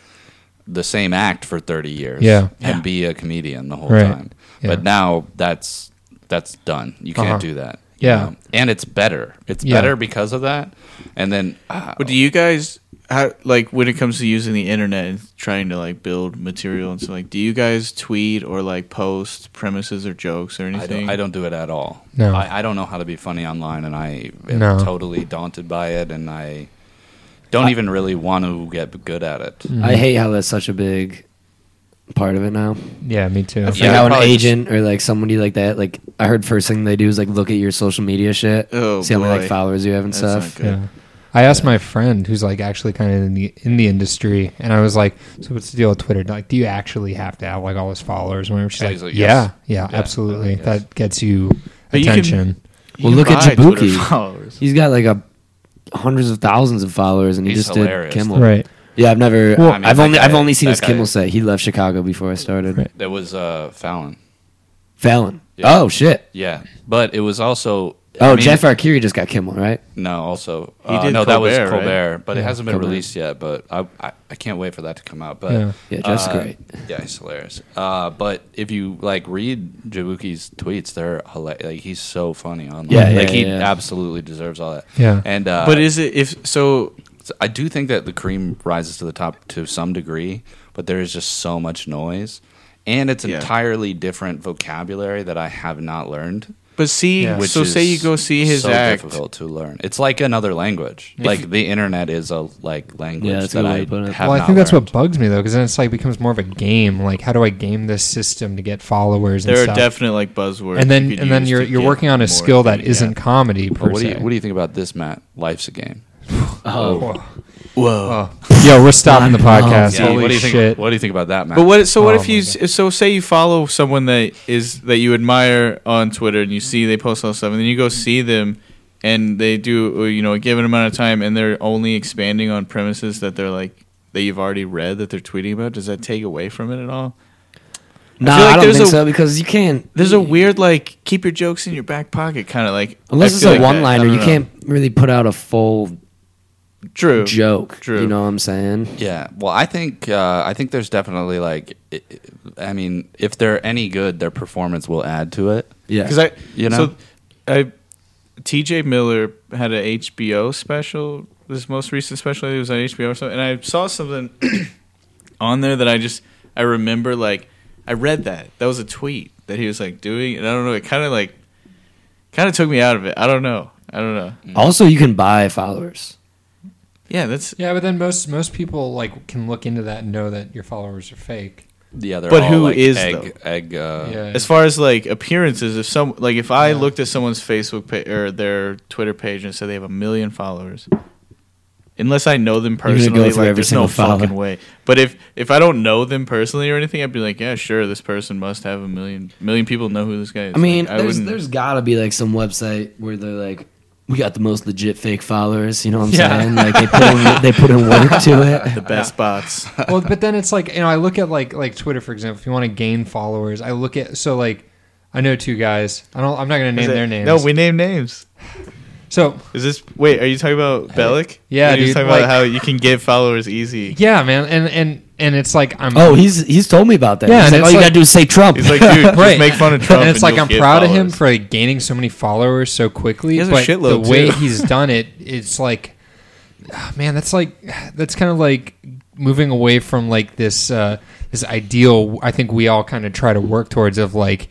the same act for thirty years, Yeah. and Yeah. be a comedian the whole Right. time. Yeah. But now that's that's done. You can't Uh-huh. do that. you Yeah. know? and it's better. It's Yeah. better because of that. And then, ah, But do you guys how like when it comes to using the internet and trying to like build material and stuff like do you guys tweet or like post premises or jokes or I don't, anything? I don't do it at all. No. I, I don't know how to be funny online, and I am No. totally daunted by it, and I don't even really want to get good at it. I hate how that's such a big part of it now. Yeah, me too. Like Yeah, how an probably just- agent or like somebody like that, like I heard first thing they do is like look at your social media shit, Oh, see how many boy. like followers you have and That's stuff. not good. Yeah. I asked my friend who's like actually kind of in the in the industry, and I was like, "So what's the deal with Twitter? Like, do you actually have to have like all those followers?" And whatever. She's Yeah, like, he's like, yeah, yes. yeah, Yeah, absolutely. I guess. That gets you But you can- attention." You Well, can look at buy Twitter Jabuki. followers. He's got like a hundreds of thousands of followers, and he He's just hilarious, did Kimmel. right? Yeah, I've never. Well, I mean, I've that only guy- I've only seen that his guy- Kimmel set. He left Chicago before I started. Right. That was uh, Fallon. Fallon. Yeah. Oh shit. Yeah, but it was also. I Oh, mean- Jeff Arcuri just got Kimmel, right? No, also He uh, did no, that was Colbert, right? Colbert, but it Yeah, hasn't been Colbert. released yet. But I, I, I can't wait for that to come out. But Yeah. Yeah, Jeff's uh, great. Yeah, he's hilarious. Uh, but if you like read Jabuki's tweets, they're hila- like he's so funny online. Yeah, yeah, like he yeah. absolutely deserves all that. Yeah. and uh, but is it if so? So I do think that the cream rises to the top to some degree, but there is just so much noise. And it's Yeah. entirely different vocabulary that I have not learned. But see, Yeah. Which so say you is go see his so act. difficult to learn. It's like another language. Like the internet is a like language Yeah, that's that a good way I to put it. have well, I not think that's learned. what bugs me though, because then it's like becomes more of a game. Like, how do I game this system to get followers? There and are stuff? definite like buzzwords, and you then could and then use you're to you're get working on more a skill that thing, yeah. not comedy per But what do you se. what do you think about this, Matt? Life's a game. Oh, Whoa. Yo, we're stopping the podcast. Yeah, Holy what do you shit! think? What do you think about that, Matt? But what? So what Oh if you? my So say you follow someone that is that you admire on Twitter, and you see they post all this stuff, and then you go see them, and they do uh, you know a given amount of time, and they're only expanding on premises that they're like that you've already read that they're tweeting about. Does that take away from it at all? no, feel like I don't there's think a- so because you can't. There's a weird like keep your jokes in your back pocket kind of like unless I it's a feel like that- I one-liner, don't you know. can't really put out a full true joke. True. You know what I'm saying? Yeah, well, I think uh, I think there's definitely like, i- I I mean, if they're any good, their performance will add to it. Yeah. because I You know? so I TJ Miller had a HBO special this most recent special I think it was on HBO or something and I saw something on there that I just I remember like I read that that was a tweet that he was like doing and I don't know it kind of like kind of took me out of it I don't know I don't know also, you can buy followers. yeah that's Yeah, but then most most people like can look into that and know that your followers are fake. Yeah, they're But all, who like, is, egg? egg uh, yeah, as far as like appearances if some like if I looked at someone's Facebook page or their Twitter page and said they have a million followers unless I know them gonna go personally through like every there's no single follower. fucking way but if if I don't know them personally or anything I'd be like yeah sure this person must have a million million people know who this guy is I mean, Like, there's wouldn't- there's gotta be like some website where they're like, we got the most legit fake followers. You know what I'm Yeah. saying? Like they put in, they put in work to the it. best bots well, but then it's like you know, I look at like like Twitter for example. If you want to gain followers, I look at so like I know two guys. I don't. I'm not going to name their names. no we name names so is this wait are you talking about Bellic Yeah, Are you dude, talking like- about how you can get followers easy yeah, man, and and and it's like I'm. Oh, he's he's told me about that. Yeah, Yeah, and like, all it's you like- gotta do is say Trump. he's like dude Right. just make fun of Trump and it's like you'll I'm get proud of him followers. for like, gaining so many followers so quickly. He has a but the shitload, way too. he's done it, it's like, ah, man, that's like that's kind of like moving away from like this uh, this ideal. I think we all kind of try to work towards of like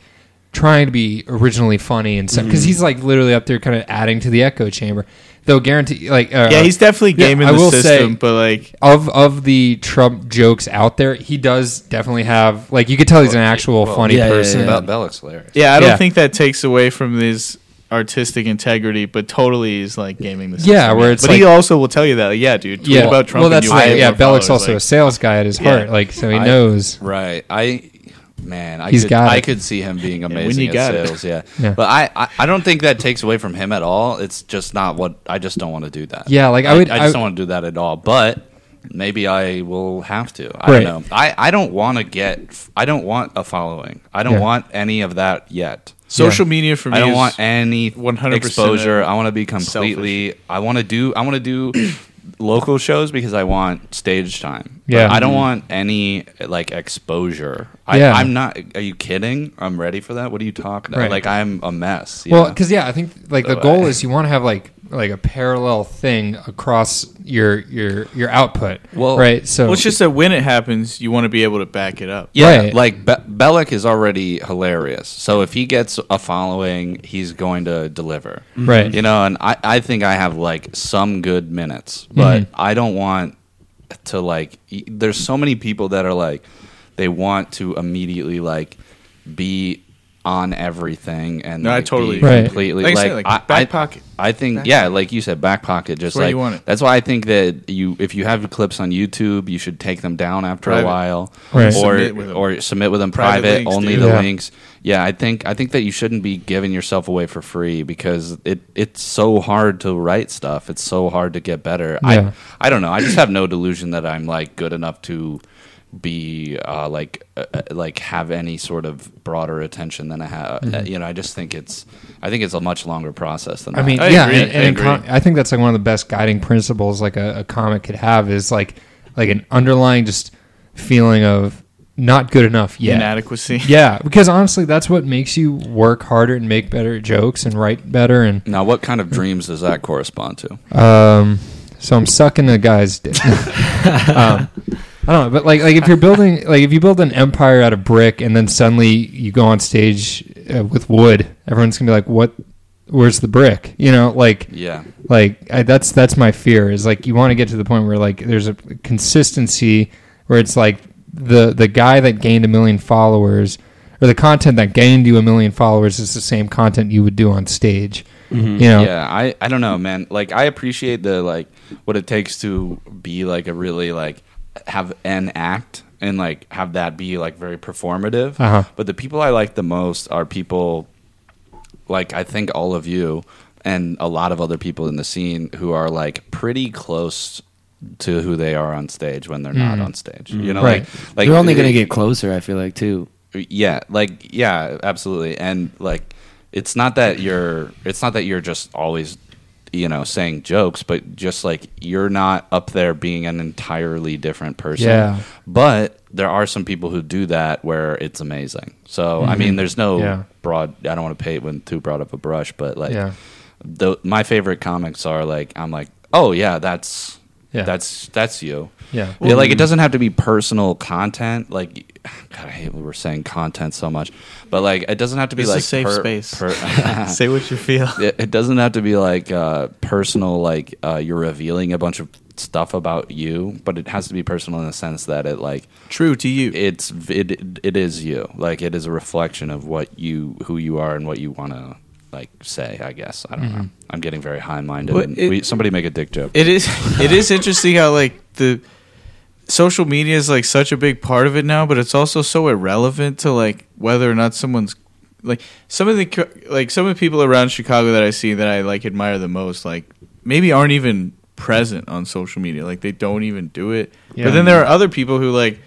trying to be originally funny and stuff. Mm-hmm. Because he's like literally up there, kind of adding to the echo chamber. Though guarantee, like uh, Yeah, he's definitely Yeah, gaming I will the system, say- but like of of the Trump jokes out there, he does definitely have like you could tell he's an actual well, funny yeah, yeah, person. yeah. Bel- Belloc's hilarious. yeah, I don't Yeah. think that takes away from his artistic integrity, but totally is like gaming the system. Yeah, where it's But he like- also will tell you that, like, yeah, dude, tweet about Trump Well, and that's you'll like, get yeah. more Belichick's followers, also a like- sales guy at his Yeah. heart, like so he I- knows. Right. I man, I He's could got I it. could see him being when amazing you got at it. sales. Yeah. Yeah. But I, I I don't think that takes away from him at all. It's just not what I just don't want to do that. Yeah, like, I would- I, just I- don't want to do that at all. But maybe I will have to. I don't Right. know. I I don't want to get. I don't want a following. I don't Yeah. want any of that yet. social media for me. I don't is- want any 100% exposure. I want to be completely. I want to do. I want to do local shows because I want stage time. But Yeah. I don't want any like exposure. I, Yeah. I'm not. Are you kidding? I'm ready for that. What are you talking about? Right. Like I'm a mess. you Well, know? because yeah, I think like the So, goal uh, is you want to have like like a parallel thing across your your your output. Well- right. So Well, it's just that when it happens, you want to be able to back it up. yeah, Right. like Be- Bellick is already hilarious. So if he gets a following, he's going to deliver. Mm. mm-hmm. Right. You know, and I, I think I have like some good minutes, but Mm-hmm. I don't want to like. y- There's so many people that are like, they want to immediately like be on everything and No, I like, totally- be Right. completely Like I like, said, like, I, back pocket. I, I think Back yeah, like you said, back pocket. Just where like you want it. that's why I think that you if you have clips on YouTube, you should take them down after Private. a while, Right. or Submit with them. or submit with them Private private, links, only dude. the Yeah. links. Yeah, I think I think that you shouldn't be giving yourself away for free because it it's so hard to write stuff. It's so hard to get better. Yeah. I I don't know. I just have no delusion that I'm like good enough to be uh, like uh, uh, like have any sort of broader attention than I have. Uh, you know, I just think it's I think it's a much longer process than Mm-hmm. I mean, that. I yeah, agree. and, and I in com- I think that's like one of the best guiding principles like a, a comic could have is like like an underlying just feeling of not good enough yet. Inadequacy. Yeah, because honestly, that's what makes you work harder and make better jokes and write better. And Now, what kind of dreams does that correspond to? um, so I'm sucking a guy's dick. um, I don't know, but like like if you're building like if you build an empire out of brick and then suddenly you go on stage uh, with wood, everyone's gonna be like, "What? Where's the brick?" You know, like Yeah, like I, that's that's my fear is like you want to get to the point where like there's a consistency where it's like the the guy that gained a million followers or the content that gained you a million followers is the same content you would do on stage you know Mm-hmm. yeah. I I don't know, man. Like, I appreciate the like what it takes to be like a really like have an act and like have that be like very performative. Uh-huh. But the people I like the most are people like I think all of you and a lot of other people in the scene who are like pretty close to who they are on stage when they're not on stage. You know, Mm. Right. like like Mm. You're only going to get closer, I feel like, too. yeah, like yeah, absolutely. And like it's not that you're it's not that you're just always you know saying jokes, but just like you're not up there being an entirely different person. Yeah. But there are some people who do that where it's amazing. So I mean, there's no Mm-hmm. Yeah. broad. I don't want to paint with too broad of a brush, but like Yeah. the, my favorite comics are like I'm like, oh yeah, that's Yeah. that's that's you. Yeah. yeah, Mm-hmm. like it doesn't have to be personal content. Like, God, I hate when we're saying content so much, but like it doesn't have to be It's like a safe per- space. per- Say what you feel. it, it doesn't have to be like uh, personal like uh, you're revealing a bunch of stuff about you but it has to be personal in the sense that it like True to you. it's it, it is you like it is a reflection of what you who you are and what you want to like say i guess i don't know i'm getting very high-minded Mm-hmm. Well, and it- we, somebody make a dick joke It is. It is interesting how like the social media is like such a big part of it now, but it's also so irrelevant to like whether or not someone's like some of the co- like some of the people around Chicago that I see that I like admire the most like maybe aren't even present on social media. Like they don't even do it. Yeah. But then there are other people who like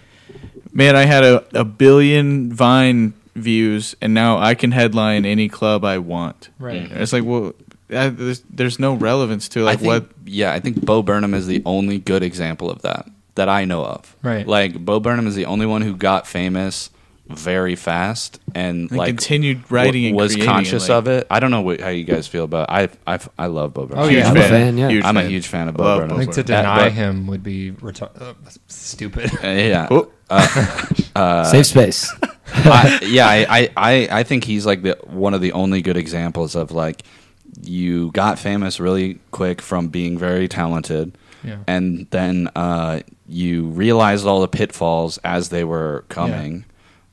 man, I had a, a billion Vine views, and now I can headline any club I want. Right. It's like, well, I, there's, there's no relevance to I like think, what. Yeah, I think Bo Burnham is the only good example of that that I know of. Right. Like Bo Burnham is the only one who got famous very fast and And like continued writing and was creating and, conscious like- of it. I don't know what, how you guys feel about. I I I love Bo Burnham. Oh, yeah. I'm a fan, yeah. I'm a huge fan of Bo Love Burnham. I think to That- deny but- him would be retar- uh, stupid Uh, yeah. Oh. Safe space. I, yeah, I, I- I, I think he's like the one of the only good examples of like you got famous really quick from being very talented, Yeah. and then uh, you realized all the pitfalls as they were coming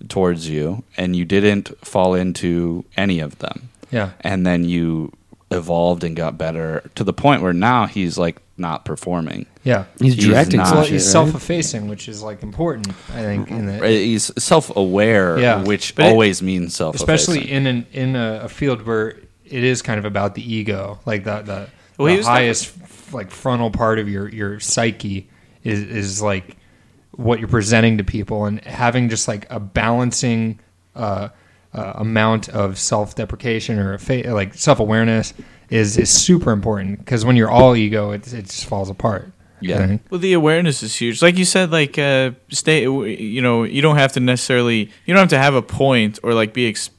towards you, and you didn't fall into any of them. Yeah. and then you evolved and got better to the point where now he's like not performing. yeah He's He's directing not. some well, shit, he's right? self-effacing which is like important i think in the, He's self-aware, Yeah. which But it- always means self. especially in an, in a, a field where it is kind of about the ego, like the the, Well, the he was talking- highest f- like frontal part of your your psyche is is like what you're presenting to people, and having just like a balancing uh, uh, amount of self deprecation or a fa- like self awareness is is super important because when you're all ego, it it just falls apart. I Yeah. think. Well, the awareness is huge. Like you said, like uh, stay. You know, you don't have to necessarily. You don't have to have a point or like be ex-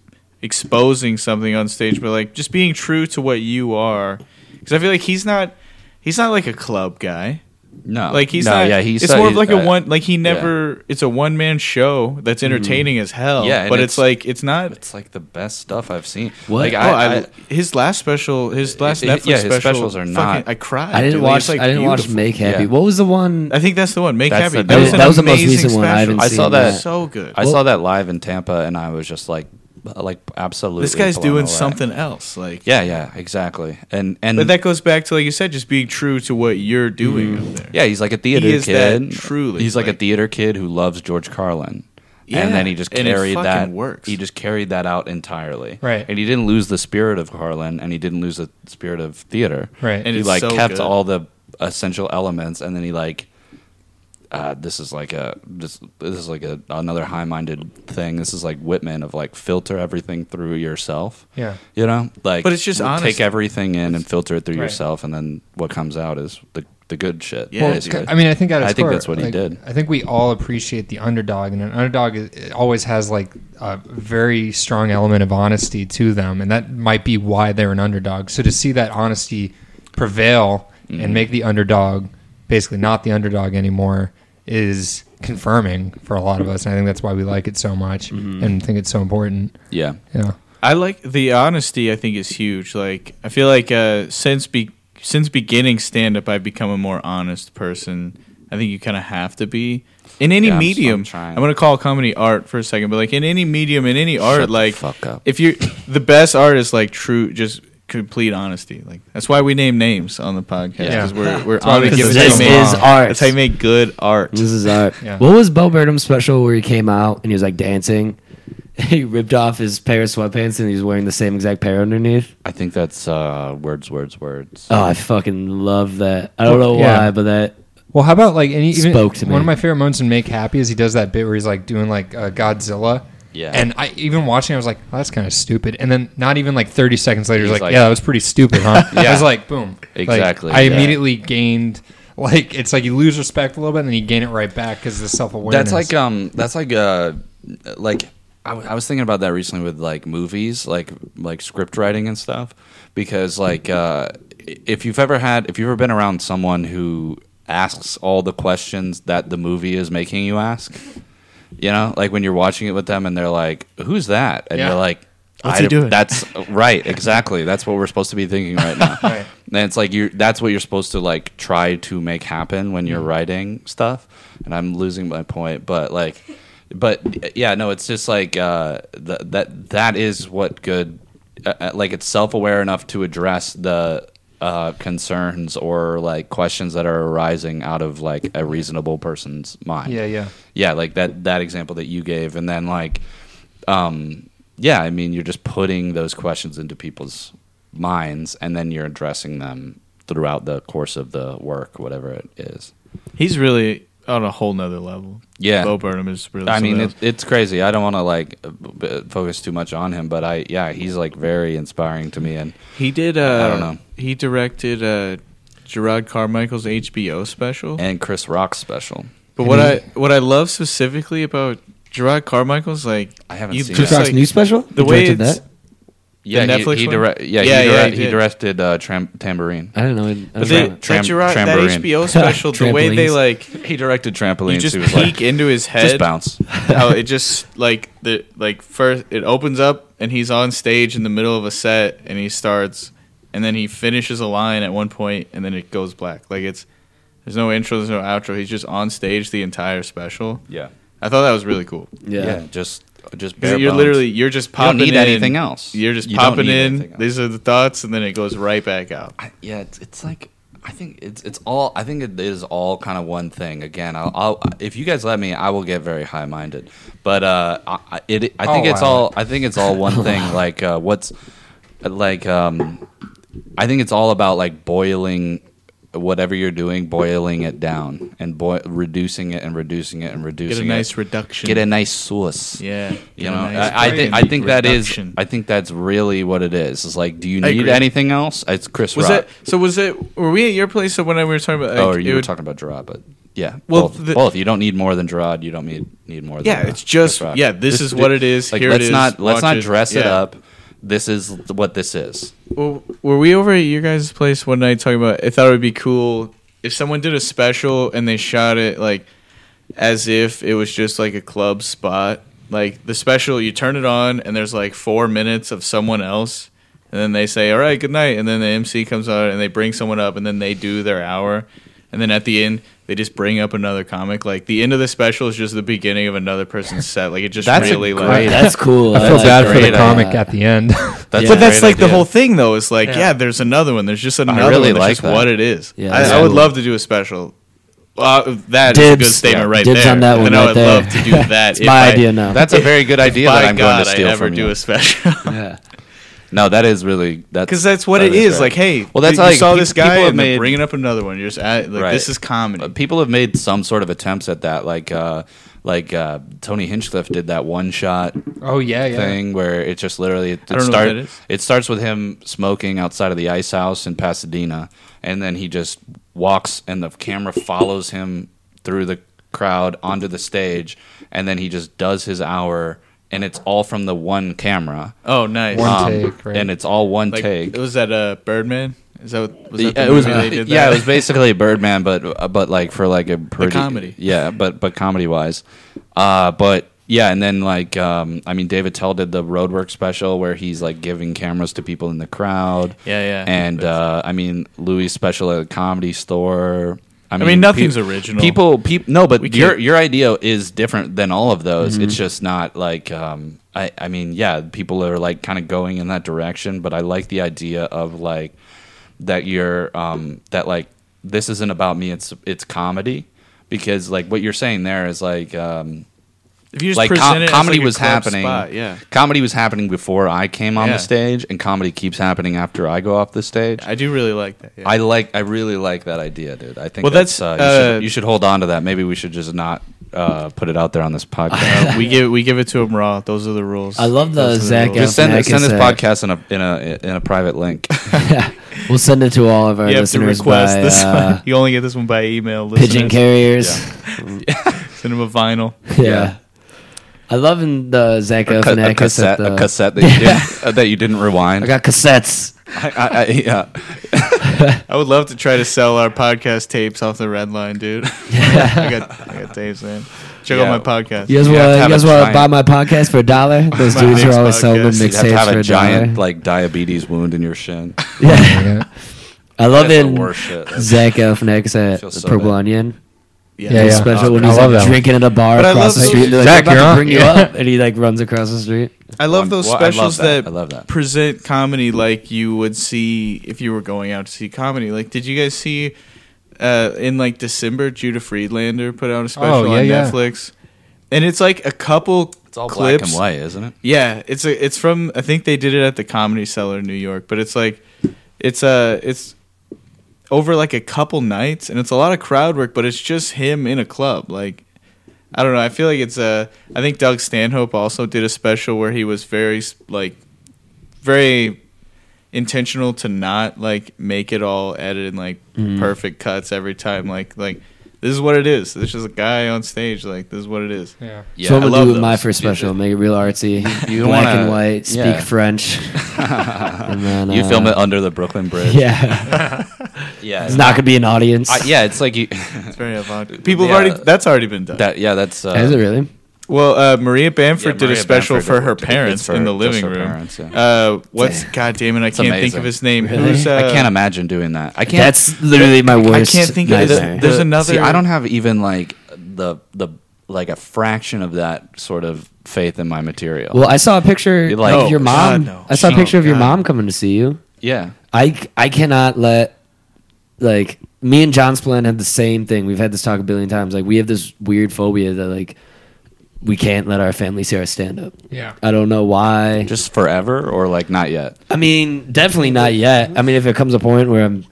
exposing something on stage, but like just being true to what you are. Because I feel like he's not. He's not like a club guy. no, Like he's Uh, no, not. yeah, he's it's so- more of like a uh, Mm-hmm. one. Like he never. It's a one man show that's entertaining as hell. Yeah, and but it's- it's, like it's not. It's like the best stuff I've seen. Like What? oh, I, I, I, his last special, his last it- Netflix yeah, his special, specials are not- fucking- I cried. I didn't dude. Like, watch. it's, like, I didn't watch beautiful. Make Happy. Yeah. What was the one? I think that's the one. Make That's happy. the- that was, that an was the most amazing recent one I special. haven't I seen saw yet. that So good. I saw that live in Tampa, and I was just like, uh, like absolutely. This guy's Paloma doing Black. something else. Like, Yeah, yeah, exactly. And and but that goes back to like you said, just being true to what you're doing Mm-hmm. up there. yeah, he's like a theater He is that kid. truly, he's like, a like- theater kid who loves George Carlin. Yeah, and then he just and it carried fucking that. works. He just carried that out entirely. Right. And he didn't lose the spirit of Carlin, and he didn't lose the spirit of theater. Right. And And he it's like so kept good. all the essential elements, and then he like. Uh, this is like a this, this is like a, another high-minded thing. This is like Whitman of like filter everything through yourself. Yeah. you know, like But it's just honest. take everything in and filter it through Right. yourself, and then what comes out is the the good shit. Yeah, Well, it's basically. I mean, I think at its I think core, that's what he like, did. I think we all appreciate the underdog, and an underdog is, it always has like a very strong element of honesty to them, and that might be why they're an underdog. So to see that honesty prevail Mm-hmm. and make the underdog basically not the underdog anymore is confirming for a lot of us, and I think that's why we like it so much Mm-hmm. and think it's so important. yeah, Yeah, I like the honesty. I think is huge. Like I feel like uh, since be since beginning stand up, I've become a more honest person. I think you kind of have to be in any Yeah, I'm- I'm medium. trying. going to call comedy art for a second, but like in any medium, in any art, Shut the like fuck up. if you the best art is like true, just complete honesty. Like that's why we name names on the podcast Yeah. because we're we're That's why we honest. give That's it how this to you them is make- all. art. That's how you make good art. This is art. Yeah. What was Bo Burnham's special where he came out and he was like dancing? He ripped off his pair of sweatpants and he was wearing the same exact pair underneath. I think that's uh, words, words, words. Oh, I fucking love that. I don't know Yeah. why, but that Well, how about like any even Spoke to one me. of my favorite moments in Make Happy is he does that bit where he's like doing like uh, Godzilla. Yeah. And I even watching, I was like, oh, that's kind of stupid. And then not even like 30 seconds later, he's He's like, like- yeah, that was pretty stupid, huh? I was like, boom. Like, Exactly, I yeah. immediately gained like it's like you lose respect a little bit and then you gain it right back because the self awareness. That's like um, that's like uh, like I, w- I was thinking about that recently with like movies, like like script writing and stuff, because like uh, if you've ever had, if you've ever been around someone who asks all the questions that the movie is making you ask, you know, like when you're watching it with them and they're like, "Who's that?" and Yeah. you're like. What's he I- doing? That's right, exactly. That's what we're supposed to be thinking right now. Right. And it's like you that's what you're supposed to like try to make happen when you're writing stuff. And I'm losing my point, but like but yeah, no, it's just like uh th- that that is what good uh, uh, like it's self-aware enough to address the uh, concerns or like questions that are arising out of like a reasonable person's mind Yeah, yeah. yeah like that that example that you gave and then like um yeah i mean you're just putting those questions into people's minds and then you're addressing them throughout the course of the work whatever it is He's really on a whole nother level. Yeah. Bo Burnham is really. i mean something it, else. it's crazy i don't want to like uh, b- b- focus too much on him but i yeah he's like very inspiring to me and He did. Uh, I don't know. He directed uh, Gerard Carmichael's HBO special. and chris rock's special but what I what I love specifically about Gerard Carmichael's like I haven't you seen just, that. Rock's like, new special. the He way directed it's- that. yeah he- Netflix he, one? direct, yeah, Yeah, he, yeah, direct, he he, did. directed uh, tram, tambourine I don't know. I don't But know. they, Tram- that, Gerard, that Tramborine. HBO special, the way they Trampolines. like he directed trampoline you just he was peek like, into his head. just bounce how it just like the like first it opens up and he's on stage in the middle of a set and he starts and then he finishes a line at one point and then it goes black like it's there's no intro there's no outro he's just on stage the entire special yeah i thought that was really cool yeah, yeah. just just bare because you're bones. literally you're just don't popping need in, anything else. you're just You don't popping need in anything else. these are the thoughts and then it goes right back out I- yeah, it's, it's like I think it's it's all I think it is all kind of one thing. Again, I'll, I'll if you guys let me, I will get very high minded. But uh, I, I- it I think Oh, it's wow. all I think it's all one thing. Like uh, what's like um, I think it's all about like boiling whatever you're doing, boiling it down and boi- reducing it and reducing it and get a reducing nice it. reduction Get a nice sauce. yeah You Get a know, nice I, I think I reduction. think that is Reduction. I think that's really what it is. It's like, do you I need agree. anything else? It's Chris was Rock. that so was it were we at your place or when we were talking about like, oh, or it you were would- talking about Gerard, but yeah, Well, both, the- both. You don't need more than Gerard. You don't need need more. Than Yeah, uh, it's just- Chris Rock. yeah, this is what it is, Like, here it let's is, not let's watch not it, dress it yeah. up. This is what this is. Well, were we over at your guys' place one night talking about? I thought it would be cool if someone did a special and they shot it like as if it was just like a club spot. Like the special, you turn it on and there's like four minutes of someone else, and then they say, "All right, good night," and then the MC comes on and they bring someone up and then they do their hour. and then at the end they just bring up another comic. Like the end of the special is just the beginning of another person's set. Like it just That's a really great like idea. That's cool. I feel That's a bad for the great comic idea. at the end. That's Yeah. a But that's great like the idea. whole thing, though. Is like, yeah. Yeah. there's another one. There's just another really one. That's like just that. what it is. Yeah, I, that's I would cool. love to do a special. Uh, that is Dibs. a good statement Yeah. right Dibs there. on that one And I right would there. love to do that. It's if my I- idea now. That's a very good idea By that I'm going God, to steal I never from do you. a special. Yeah. no, that is really that's Because that's what that it is. right. Like, hey, well, that's you how, like saw pe- this guy people have and they're made bringing up another one. You're just at, like, Right. this is comedy. Uh, people have made some sort of attempts at that like uh like uh tony hinchcliffe did that one shot oh yeah, yeah. thing where it just literally it, I it don't know what start- that is. it starts with him smoking outside of the ice house in pasadena and then he just walks and the camera follows him through the crowd onto the stage and then he just does his hour and it's all from the one camera Um, Oh, nice. One take, right? and it's all one Like, take Was that uh, Birdman? Is that what, was yeah, that the it was movie they did yeah, that? it was basically Birdman, but uh, but like for like a pretty comedy. Yeah, but but comedy wise, uh, but yeah, and then like um, I mean, David Tell did the Roadwork special where he's like giving cameras to people in the crowd. Yeah, yeah. and uh, I mean Louis special at a comedy store. I mean, nothing's original. People, people, no, but We your can't- your idea is different than all of those. It's just not like um, I. I mean, yeah, people are like kind of going in that direction, but I like the idea of like that you're um that like this isn't about me it's it's comedy because like what you're saying there is like um If you just like com- present it as, comedy like, a was club happening Spot, yeah. comedy was happening before i came on Yeah. the stage and comedy keeps happening after i go off the stage I do really like that. yeah. I like. I really like that idea, dude. I think. Well, that's. that's, uh, you, uh, should, you should hold on to that. Maybe we should just not uh, put it out there on this podcast. Uh, we give we give it to him raw. Those are the rules. I love the Those are Zach rules. Efron just send, Nick send is this a- podcast in a in a in a private link. We'll send it to all of our You have to listeners request by this uh, one. You only get this one by email. pigeon listeners. carriers. Send him a vinyl. Yeah. Yeah. I love in the Zach a, ca- a Galifianakis. cassette, at the, a cassette that you didn't, uh, that you didn't rewind. I got cassettes. I, I, I, yeah. I would love to try to sell our podcast tapes off the red line, dude. I got I got tapes, man. Check Yeah. out my podcast. You guys You have to want? You have guys a want to giant- buy my podcast for a dollar? Those My dudes are next always selling podcast. You'd have to mixtapes have for a a giant dollar. like diabetes wound in your shin. Yeah. Yeah. I love That's the in worst shit. Zach Galifianakis at Feels the so Purple bad. Onion. Yeah, His yeah. Special when I he's love like that one. drinking at a bar But I across love the those- street. They're like, Zach, "I'm you're about on." to bring you Yeah. up, and he like runs across the street. I love those Well, I love specials that. I that, love that. present comedy like you would see if you were going out to see comedy. Like, did you guys see uh, in like December Judah Friedlander put out a special Oh, yeah, on yeah. Netflix? And it's like a couple It's all clips. black and white, isn't it? Yeah, it's a, it's from I think they did it at the Comedy Cellar in New York, but it's like it's a it's over like a couple nights and it's a lot of crowd work, but it's just him in a club. Like I don't know, I feel like it's a I think Doug Stanhope also did a special where he was very s- like very intentional to not like make it all edited and like perfect cuts every time like like this is what it is. This is a guy on stage like this is what it is. Yeah. Yeah, so I'm I gonna love do with my those. first special. Make it real artsy, You black wanna- and white. Speak yeah. French. and then, you uh, film it under the Brooklyn Bridge. Yeah, yeah. it's not gonna be an audience. I- yeah, it's like you. It's very avant. People Uh, Yeah. have already that's already been done. that yeah, that's uh, Is it really? Well, uh, Maria Bamford Yeah, did a Maria special Bamford for did- her did- parents did for in the just living her room. parents, yeah. uh, what's God damn it? I can't think amazing. of his name. Really? Who's, uh, I can't imagine doing that. I can't. That's literally my I worst. can't think of the- nightmare. it. There's the- another- See, I don't have even like the the like a fraction of that sort of faith in my material. Well, I saw a picture You're like, of your oh, mom. God, no. I saw a She- picture oh, of your God. mom coming to see you. yeah, I I cannot let like me and John Splint had the same thing. We've had this talk a billion times. Like we have this weird phobia that like we can't let our family see our stand up. Yeah. I don't know why. just forever or like not yet. I mean, definitely not yet. I mean, if it comes a point where I'm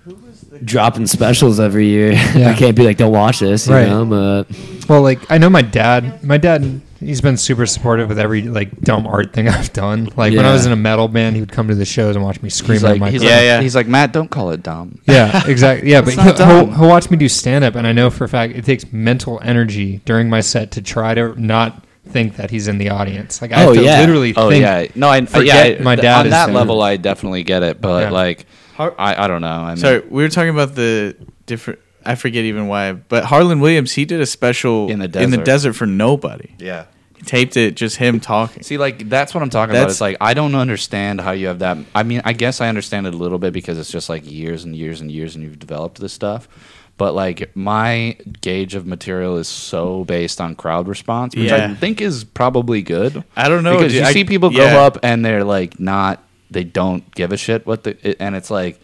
dropping specials every year, I Yeah. can't be like, don't watch this, you Right. know. But Well, like I know my dad. My dad, he's been super supportive with every like dumb art thing I've done. Like when Yeah. I was in a metal band, he would come to the shows and watch me scream He's at like, my. he's Yeah, like, yeah. he's like, Matt, don't call it dumb. yeah, exactly. Yeah, but It's not he'll, he'll, dumb. he'll watch me do stand up, and I know for a fact it takes mental energy during my set to try to not think that he's in the audience. Like I Oh, have to yeah. literally Oh think. yeah, no, I I- yeah. forget I- my dad on is that there. level, I definitely get it, but Yeah. like, Har- I I don't know. I mean, Sorry, we were talking about the different. I forget even why, but Harlan Williams he did a special In the desert. desert for nobody. yeah. He taped it just him talking. See, like that's what I'm talking about. That's- It's like I don't understand how you have that. I mean, I guess I understand it a little bit because it's just like years and years and years, and you've developed this stuff. But like my gauge of material is so based on crowd response, which I Yeah. think is probably good. I don't know, because dude. you I- see people go yeah. up and they're like not, they don't give a shit what the, it, and it's like,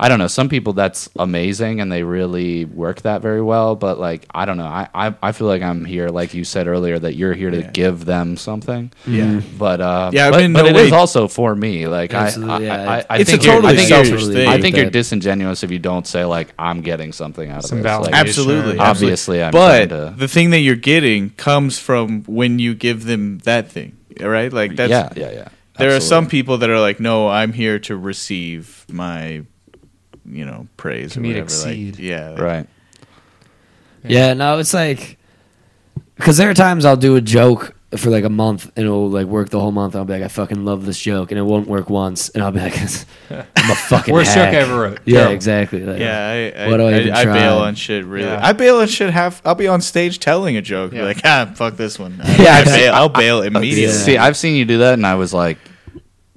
I don't know. Some people that's amazing and they really work that very well, but like I don't know. I I, I feel like I'm here, like you said earlier, that you're here to Yeah. Mm-hmm. give them something. Yeah. But uh, Mm. Yeah, I but, mean, but no, it is wait. also for me. Like I, I, Absolutely, yeah. I, I It's a think totally you're, I think selfish you're- thing. I think you're that- disingenuous if you don't say like I'm getting something out of Some this. Like, validation. Absolutely. Obviously, I'm trying but to- the thing that you're getting comes from when you give them that thing, all right? Like that's yeah, yeah, yeah. there are Absolutely. some people that are like, no, I'm here to receive my, you know, praise Comedic or whatever. seed. Like, yeah, like- right. Yeah, no, it's like because there are times I'll do a joke for like a month and it'll like work the whole month. And I'll be like, I fucking love this joke, and it won't work once, and I'll be like, I'm a fucking Worst hack. joke I ever wrote. Yeah, Terrible. exactly. Like, Yeah, I, I, What do I I, even I, try? bail on shit. Really, Yeah. I bail on shit. Half, I'll be on stage telling a joke, be Yeah. like, ah, fuck this one. I, Yeah, I- bail, I'll bail immediately. Oh, See, I've seen you do that, and I was like,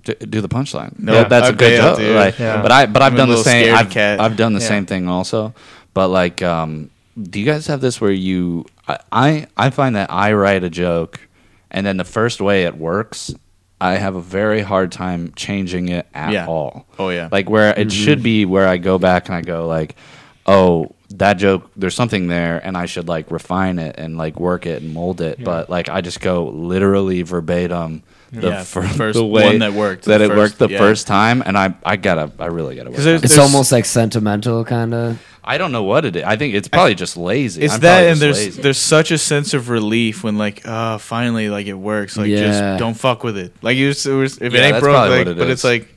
"D- do the punchline. No, No, that's I a good bailed, joke. dude. Like, Yeah. But I, but I've I'm a done the little same. scared I've, cat. I've done the Yeah. same thing also. But like, um, do you guys have this where you? I, I I find that I write a joke, and then the first way it works, I have a very hard time changing it at Yeah. all. Oh, yeah. Like where it should be, where I go back and I go like, oh. That joke, there's something there, and I should like refine it and like work it and mold it. But like, I just go literally verbatim the Yeah, fir- first the way one that worked, that the it first- worked the yeah. first time, and I I gotta I really gotta. Work on 'Cause there's- it. It's there's- almost like sentimental, kind of. I don't know what it is. I think it's probably just lazy. It's I'm probably that, just and there's lazy. there's such a sense of relief when like, ah, finally, like it works. Like, Yeah. just don't fuck with it. Like, you, just, it was, if Yeah, it ain't that's broke, probably like, what it but is. it's like,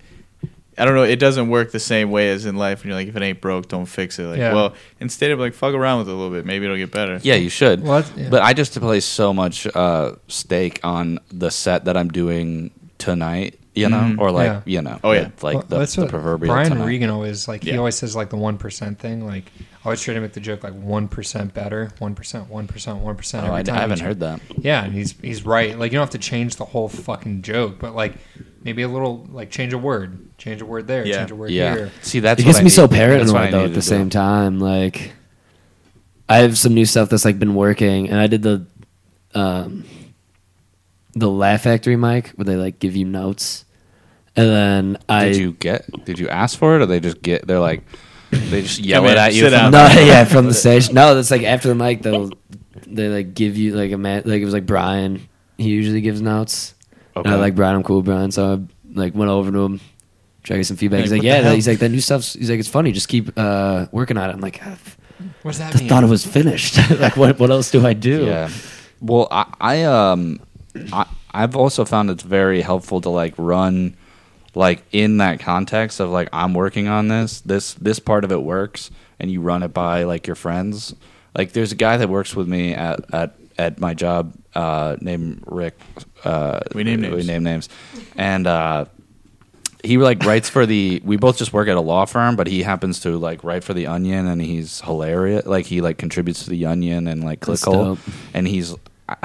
I don't know. It doesn't work the same way as in life. And you're like, if it ain't broke, don't fix it. Like, Yeah. well, instead of like fuck around with it a little bit, maybe it'll get better. yeah, you should. Well, that's- yeah. But I just place so much uh, stake on the set that I'm doing tonight. You know, or like Mm-hmm. Yeah. you know, Oh, yeah. the- like Well, the, that's the what proverbial. Brian tonight. Regan always like he Yeah. always says like the one percent thing. Like I always try to make the joke like one percent better, one percent, one percent, one percent. Oh, I, I haven't heard that. Yeah, and he's he's right. Like you don't have to change the whole fucking joke, but like maybe a little like change a word, change a word there, Yeah. change a word Yeah. here. See, that's it what gets I me so need- that's what I paranoid though. need At to the do. same time, like I have some new stuff that's like been working, and I did the um, the Laugh Factory mic where they like give you notes, and then I Did you get? Did you ask for it, or they just get? They're like, they just yell Come it in, at you. sit from down. the- no yeah from the stage. No, that's like after the mic they'll they like give you like a man like it was like Brian. He usually gives notes. And I Okay. like Brian. I'm cool with Brian. So I like went over to him, tried to get some feedback. Like, he's what like, the yeah. hell? He's like, that new stuff's. He's like, it's funny. Just keep uh, working on it. I'm like, "Ah, What does that just mean? thought it was finished. like, what, what else do I do? Yeah. Well, I, I um, I, I've also found it's very helpful to like run, like in that context of like I'm working on this. This this part of it works, and you run it by like your friends. Like there's a guy that works with me at at at my job uh, named Rick. Uh, We name We names. name names, and uh, he like writes for the we both just work at a law firm but he happens to like write for the onion and he's hilarious like he like contributes to the onion and like That's clickhole dope. and he's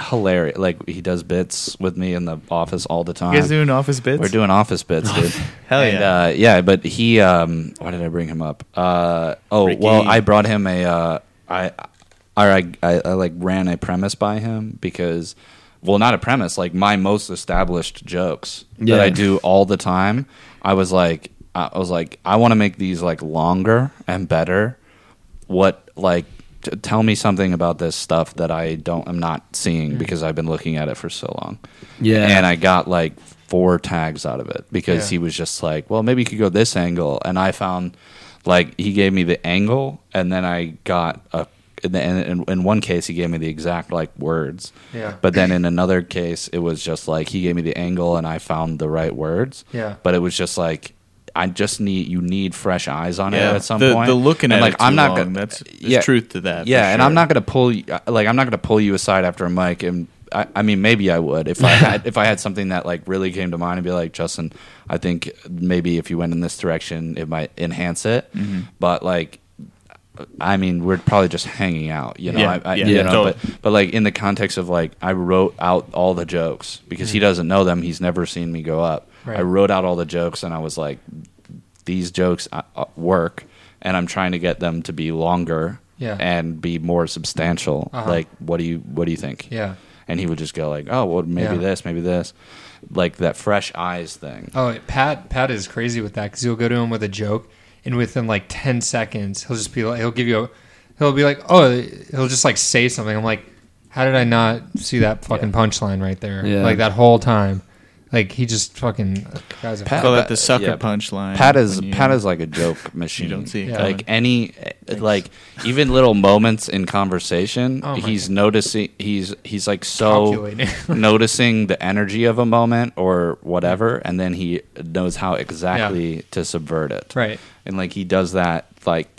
hilarious like he does bits with me in the office all the time You guys doing office bits? we're doing office bits dude Hell And, yeah. uh, yeah but he um why did i bring him up uh oh Ricky. well i brought him a uh i or I, I, I like ran a premise by him because well not a premise like my most established jokes Yeah. that i do all the time i was like i was like i want to make these like longer and better what like t- tell me something about this stuff that i don't i'm not seeing because i've been looking at it for so long Yeah. and i got like four tags out of it because Yeah. he was just like well maybe you could go this angle and i found like he gave me the angle and then i got a in, the, in, in one case he gave me the exact like words Yeah. but then in another case it was just like he gave me the angle and i found the right words Yeah. but it was just like i just need you need fresh eyes on Yeah. it at some The- point the looking And, at it too long, gonna- that's- there's truth to that, for yeah and i'm sure. not gonna pull you like i'm not gonna pull you aside after a mic and I, I mean maybe i would if i had if i had something that like really came to mind and be like justin i think maybe if you went in this direction it might enhance it Mm-hmm. but like I mean, we're probably just hanging out, you know. Yeah, I, I, yeah, you yeah, know totally. but, but like in the context of like, I wrote out all the jokes because he doesn't know them. He's never seen me go up. Hmm. Right. I wrote out all the jokes, and I was like, these jokes uh, uh, work, and I'm trying to get them to be longer Yeah. and be more substantial. Uh-huh. Like, what do you what do you think? yeah. And he would just go like, oh, well, maybe Yeah. this, maybe this, like that fresh eyes thing. Oh, Pat! Pat is crazy with that because he'll go to him with a joke, and within like ten seconds, he'll just be like, he'll give you a, he'll be like, oh, he'll just like say something. I'm like, how did I not see that fucking punchline right there? Yeah. Like that whole time, like he just fucking uh, guys. a Pat- fuck. Call that the sucker yeah. punchline. Pat is when you- Pat is like a joke machine. don't see it Yeah. like any like even little moments in conversation. Oh my he's God. noticing. He's he's like so Calculating. noticing the energy of a moment or whatever, and then he knows how exactly to subvert it. Right. and like he does that like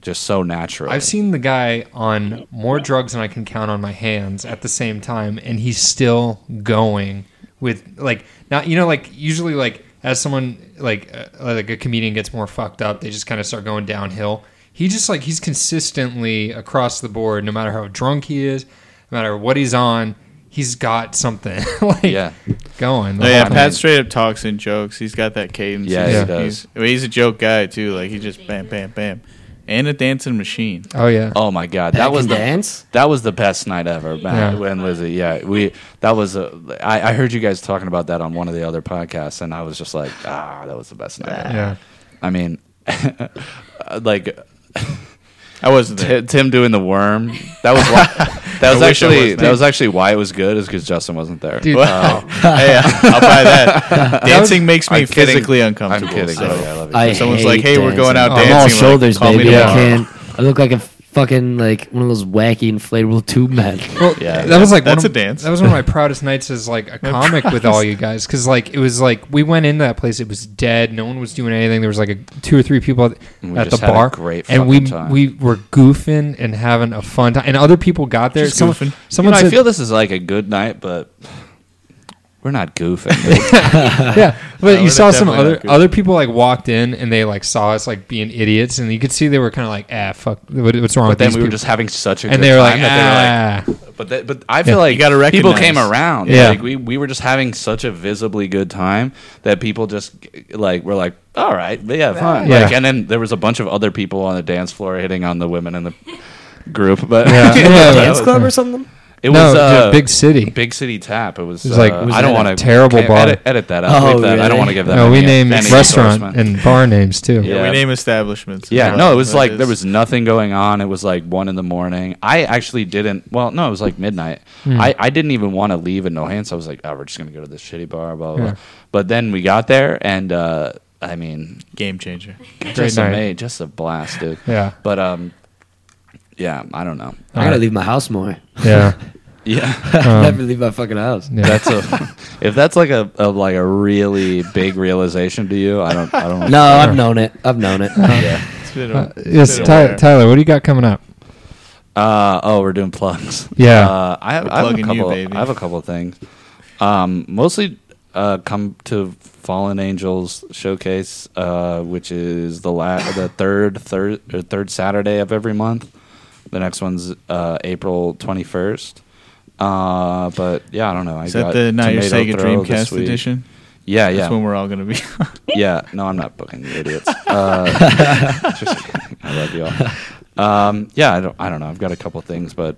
just so natural. I've seen the guy on more drugs than I can count on my hands at the same time, and he's still going with like not you know like usually like as someone like uh, like a comedian gets more fucked up, they just kind of start going downhill. He just like he's consistently across the board, no matter how drunk he is, no matter what he's on, he's got something like Yeah. going. Oh, yeah, I mean- Pat straight up talks and jokes. He's got that cadence. Yeah, he's, he does. He's, I mean, he's a joke guy too. Like he just bam, bam, bam, and a dancing machine. Oh yeah. Oh my god, that Back was in the dance? that was the best night ever. Matt, Yeah. When Lizzie, yeah, we that was a. I, I heard you guys talking about that on one of the other podcasts, and I was just like, ah, that was the best night. ever. Yeah. I mean, like I wasn't there. T- Tim doing the worm. That was why, that was I actually wasn't that there. was actually why it was good is because Justin wasn't there. Dude, Wow. hey, I'll buy that. Dancing makes me I'm kidding. physically I'm uncomfortable. kidding. so- Lizzie, I love you. I Someone's hate like, "Hey, we're going out dancing. I'm all dancing," you're like, shoulders, "Call me baby. I tomorrow." can't. I look like a fucking like one of those wacky inflatable tube men. Well, Yeah. that was like That's one of, a dance. That was one of my proudest nights as like a comic with all you guys because like it was like we went into that place, it was dead, no one was doing anything. There was like a, two or three people at, And we at the just had a bar, great and we fucking time. we were goofing and having a fun time, and other people got there. Just Someone, goofing. You know, someone I said, feel this is like a good night, but we're not goofing. yeah, but you we're saw some definitely other not goofing. other people like walked in and they like saw us like being idiots, and you could see they were kind of like, ah, fuck, what, what's wrong but with then these we were people? just having such a and good they were time like, that ah, they were like, but that, but I feel like You gotta people recognize. came around. Yeah. Like, we we were just having such a visibly good time that people just like were like, all right, yeah, fine. Yeah. Like, and then there was a bunch of other people on the dance floor hitting on the women in the group, but Yeah, Dance that club was- or something? it no, was uh, dude, big city. Big City Tap. It was. It was like- uh, it was I don't a want to terrible bar. Edit, edit that out. Oh, Leave that. I don't really? want to give that. no, we any- named any restaurant endorsement. and bar names too. Yeah. We name establishments. Yeah, Right. no, it was That like is- there was nothing going on. It was like one in the morning. I actually didn't. Well, no, it was like midnight. Hmm. I, I didn't even want to leave in Nohant, so I was like, oh, we're just gonna go to this shitty bar, blah blah. Yeah. blah. But then we got there, and uh, I mean, game changer. just a night. ma- just a blast, dude. Yeah. But um, yeah, I don't know. I gotta leave my house Um, more. Yeah. Yeah, I never leave my fucking house. Yeah. that's a if that's like a, a like a really big realization to you, I don't I don't No, I've known it. I've known it. Yeah. It's been a- Uh, it's yes, been a Tyler, while. Tyler, what do you got coming up? Uh, oh, we're doing plugs. Yeah. Uh, I have, We're I have a plugging you, couple. baby. I have a couple things. Um, mostly uh, come to Fallen Angels Showcase, uh, which is the la- the third third or third Saturday of every month. The next one's uh, April twenty first. Uh, but yeah, I don't know. I Is that got the Not Your Tomato Sega Throw this Dreamcast week. edition? Yeah, yeah That's when we're all gonna be. yeah, no, I'm not booking you idiots. Uh, just kidding. I love you all. Um, yeah, I don't, I don't know. I've got a couple things, but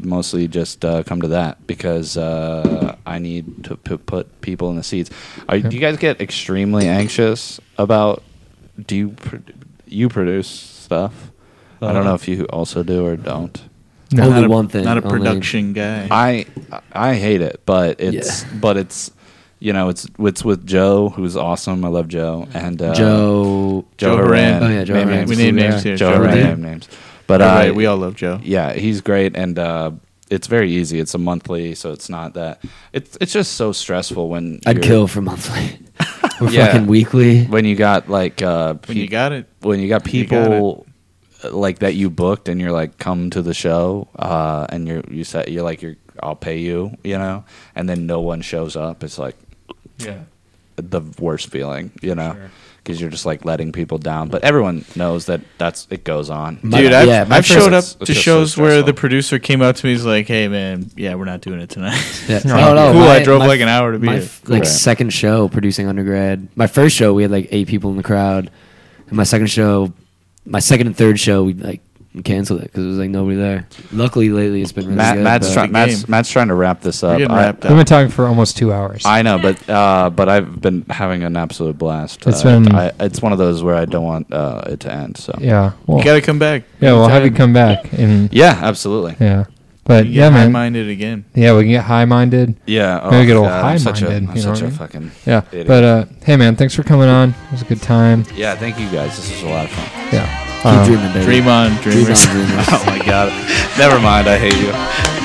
mostly just uh, come to that because uh, I need to p- put people in the seats. Are, Do you guys get extremely anxious about? Do you pr- you produce stuff? I Uh-huh. don't know if you also do or don't. No. Only not a, one thing. Not a Only- production guy. I I hate it, but it's Yeah. but it's you know it's it's with Joe who's awesome. I love Joe and uh, Joe. Joe Joe Haran. Horan. Oh, yeah, Joe Maybe Horan. names We too, named yeah. names here. Joe Joe Horan, Horan. named names. But uh, All right, we all love Joe. yeah, he's great, and uh, it's very easy. It's a monthly, so it's not that. It's it's just so stressful when I'd you're- kill for monthly. We're Yeah. fucking weekly. when you got like uh, When you peop- got it, when you got You got people uh, like that you booked and you're like come to the show uh, and you're you said you're like you're I'll pay you you know and then no one shows up it's like Yeah. the worst feeling you know Sure. because you're just like letting people down but everyone knows that that's it goes on My- dude. I've, yeah, my I've first- showed up It's to just so shows where stressful. the producer came up to me. He's like, "Hey, man, yeah, we're not doing it tonight." Yeah. No, Oh, no, cool. my- I drove my- like an hour to be my here. f- like Right. second show producing undergrad. My first show we had like eight people in the crowd, and my second show, my second and third show we like and canceled it because it was like nobody there. Luckily, lately it's been really Matt, good. Matt's, but- try- Big Matt's, game. Matt's trying to wrap this up. We're getting I- wrapped We've up. been talking for almost two hours. I know, but uh, but I've been having an absolute blast. uh, It's been- I, it's one of those where I don't want uh, it to end. So yeah. Well, You gotta come back. yeah. We'll have you come Anytime. back and yeah, absolutely. yeah. But You yeah, get man. minded again. Yeah, we can get high minded. Yeah, oh, Maybe get a little God, I'm such a, high-minded, I'm you know such what I a fucking mean? Yeah. Idiot. But uh, hey, man, thanks for coming on. It was a good time. yeah. Thank you guys. This was a lot of fun. Yeah. Keep Um, dreaming, baby. Dream on, Dream on, dreamers. dreamers. Oh my god. Never mind. I hate you.